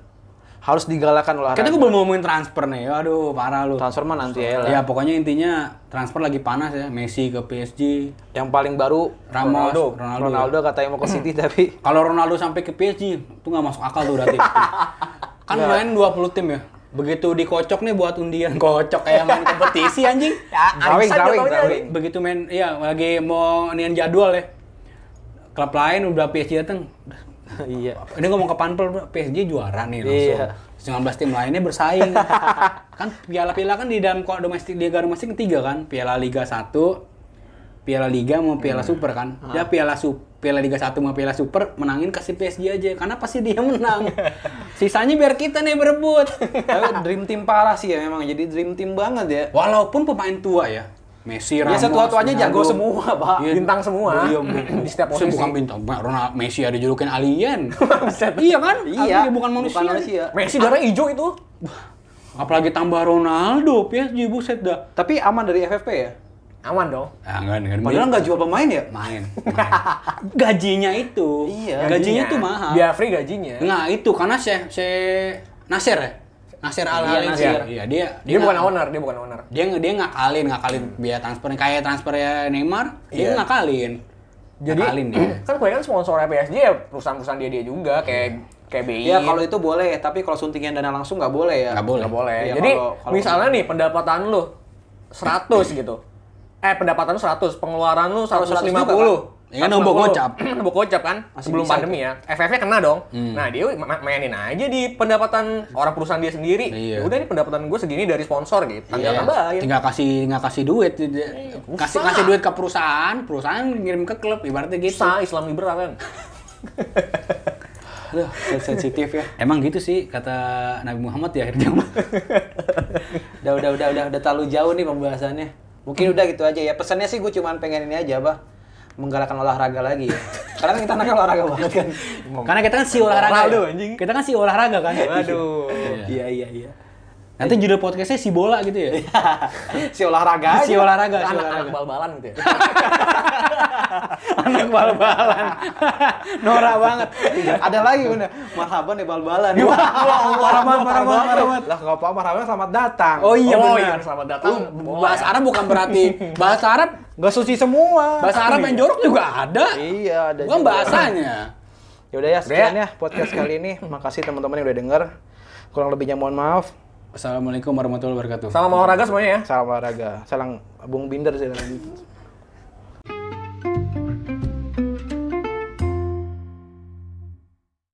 Speaker 3: harus digalakan olahraga.
Speaker 2: Kita gue belum ngomongin transfer nih. Aduh, parah lu.
Speaker 3: transfer mah nanti ya. lah.
Speaker 2: Ya, pokoknya intinya transfer lagi panas ya. Messi ke PSG,
Speaker 3: Yang paling baru
Speaker 2: Ramos,
Speaker 1: Ronaldo.
Speaker 2: Ronaldo.
Speaker 3: Ronaldo, katanya mau ke City tapi
Speaker 2: Kalau Ronaldo sampai ke PSG, itu nggak masuk akal tuh berarti. kan main 20 tim ya. Begitu dikocok nih buat undian, Ya. kocok kayak main kompetisi anjing.
Speaker 3: drawing
Speaker 1: Arisan
Speaker 3: drawing
Speaker 1: jatuhnya.
Speaker 3: drawing.
Speaker 2: begitu main iya lagi mau nian jadwal ya klub lain udah PSG dateng
Speaker 3: Iya.
Speaker 2: ini ngomong ke panpel bro, PSG juara nih langsung 19 tim lainnya bersaing kan piala-piala kan di dalam ko- domestik liga domestik ketiga kan piala Liga 1 piala Liga mau piala Super kan ya piala Sup- piala Liga 1 mau piala Super menangin kasih PSG aja karena pasti dia menang sisanya biar kita nih berebut
Speaker 3: Tapi dream team parah sih ya memang. Jadi dream team banget ya.
Speaker 2: Walaupun pemain tua ya, Messi, Ramos,
Speaker 3: Biasa tua-tuanya jago
Speaker 2: Ronaldo.
Speaker 3: semua, Pak.
Speaker 2: Iya.
Speaker 1: Bintang semua.
Speaker 2: Iya,
Speaker 1: Di setiap
Speaker 2: Saya
Speaker 1: posisi.
Speaker 2: bukan bintang, Pak. Ronaldo Messi ada julukin alien. iya kan?
Speaker 3: Iya,
Speaker 2: Alien, bukan manusia.
Speaker 3: bukan manusia.
Speaker 1: Messi darah hijau itu.
Speaker 2: Apalagi tambah Ronaldo, PSG buset dah.
Speaker 3: Tapi aman dari FFP ya?
Speaker 1: Aman dong.
Speaker 2: Ah, enggak, enggak.
Speaker 3: Padahal nggak jual pemain ya?
Speaker 2: main. main. Gajinya itu.
Speaker 3: Iya.
Speaker 2: Gajinya tuh mahal.
Speaker 1: Biar free gajinya.
Speaker 2: Nah, itu karena Syekh Syekh Nasir ya. Nasir Al
Speaker 3: Iya,
Speaker 2: Al
Speaker 1: Nasir.
Speaker 2: Iya, dia
Speaker 1: Dia bukan
Speaker 2: nggak-
Speaker 1: owner, dia bukan owner.
Speaker 2: Dia dia ngakalin ngakalin biaya transfer kayak transfernya Neymar, dia
Speaker 1: Iya.
Speaker 2: ngakalin.
Speaker 1: Jadi
Speaker 2: ngakalin dia.
Speaker 1: kan kebanyakan sponsornya PSG ya perusahaan-perusahaan dia dia juga kayak kayak BI.
Speaker 3: Iya, kalau itu boleh, tapi kalau suntingan dana langsung nggak boleh ya.
Speaker 2: Nggak boleh.
Speaker 1: Nggak boleh.
Speaker 3: Iya,
Speaker 1: Jadi
Speaker 3: kalau- kalau-
Speaker 1: misalnya nih pendapatan lu 100 gitu. Eh pendapatan lu 100, pengeluaran lu 150.
Speaker 3: 100 juga
Speaker 2: kan? Ya kan,
Speaker 1: 150.
Speaker 2: nombok gocap.
Speaker 1: nombok gocap kan
Speaker 3: Masih
Speaker 1: sebelum
Speaker 3: bisa
Speaker 1: pandemi ya. FF-nya kena dong. Nah, dia ma- mainin aja di pendapatan orang perusahaan dia sendiri.
Speaker 2: Iya.
Speaker 1: Ya Udah nih pendapatan gue segini dari sponsor gitu. Tinggal Iya,
Speaker 2: Iya.
Speaker 1: tambahin.
Speaker 2: Tinggal kasih tinggal kasih duit, Tidak- kasih
Speaker 1: usaha.
Speaker 2: kasih duit ke perusahaan, perusahaan ngirim ke klub ibaratnya gitu.
Speaker 1: Usaha Islam liberal kan.
Speaker 3: Aduh, sen- sensitif ya.
Speaker 2: Emang gitu sih kata Nabi Muhammad ya akhirnya.
Speaker 3: Udah, udah, udah, udah, udah terlalu jauh nih pembahasannya. Mungkin udah gitu aja ya. Pesannya sih gue cuman pengen ini aja, bah menggalakkan olahraga lagi ya. Karena kita anaknya olahraga banget kan.
Speaker 2: Karena kita kan si olahraga.
Speaker 1: Aduh,
Speaker 2: ya.
Speaker 1: anjing.
Speaker 2: Kita kan si olahraga kan.
Speaker 1: Aduh.
Speaker 3: Iya, iya, iya.
Speaker 2: Nanti judul podcastnya si bola gitu ya.
Speaker 1: Iya.
Speaker 3: si olahraga aja.
Speaker 2: si olahraga, si
Speaker 1: Anak-anak
Speaker 2: olahraga.
Speaker 1: bal-balan gitu ya.
Speaker 2: Anak bal-balan. Norak banget.
Speaker 3: Ada lagi bener. Marhaban ya bal-balan.
Speaker 2: Parah banget, parah banget, parah banget.
Speaker 3: Lah, kalau Pak Marhaban selamat datang.
Speaker 2: Oh iya
Speaker 1: Oh,
Speaker 2: benar.
Speaker 1: iya, selamat datang.
Speaker 2: Lu
Speaker 1: Bola,
Speaker 2: bahasa
Speaker 1: ya.
Speaker 2: Arab bukan berarti bahasa Arab
Speaker 3: Nggak suci semua.
Speaker 2: bahasa Arab yang jorok juga ada.
Speaker 3: Iya, ada.
Speaker 2: Bukan
Speaker 3: juga.
Speaker 2: bahasanya.
Speaker 3: Ya Yaudah ya, sekian
Speaker 1: Udah
Speaker 3: ya podcast kali ini. Makasih teman-teman yang udah denger. Kurang lebihnya mohon maaf.
Speaker 2: Assalamualaikum warahmatullahi wabarakatuh.
Speaker 1: Salam olahraga semuanya ya.
Speaker 3: Salam olahraga. Salam Bung Binder sih.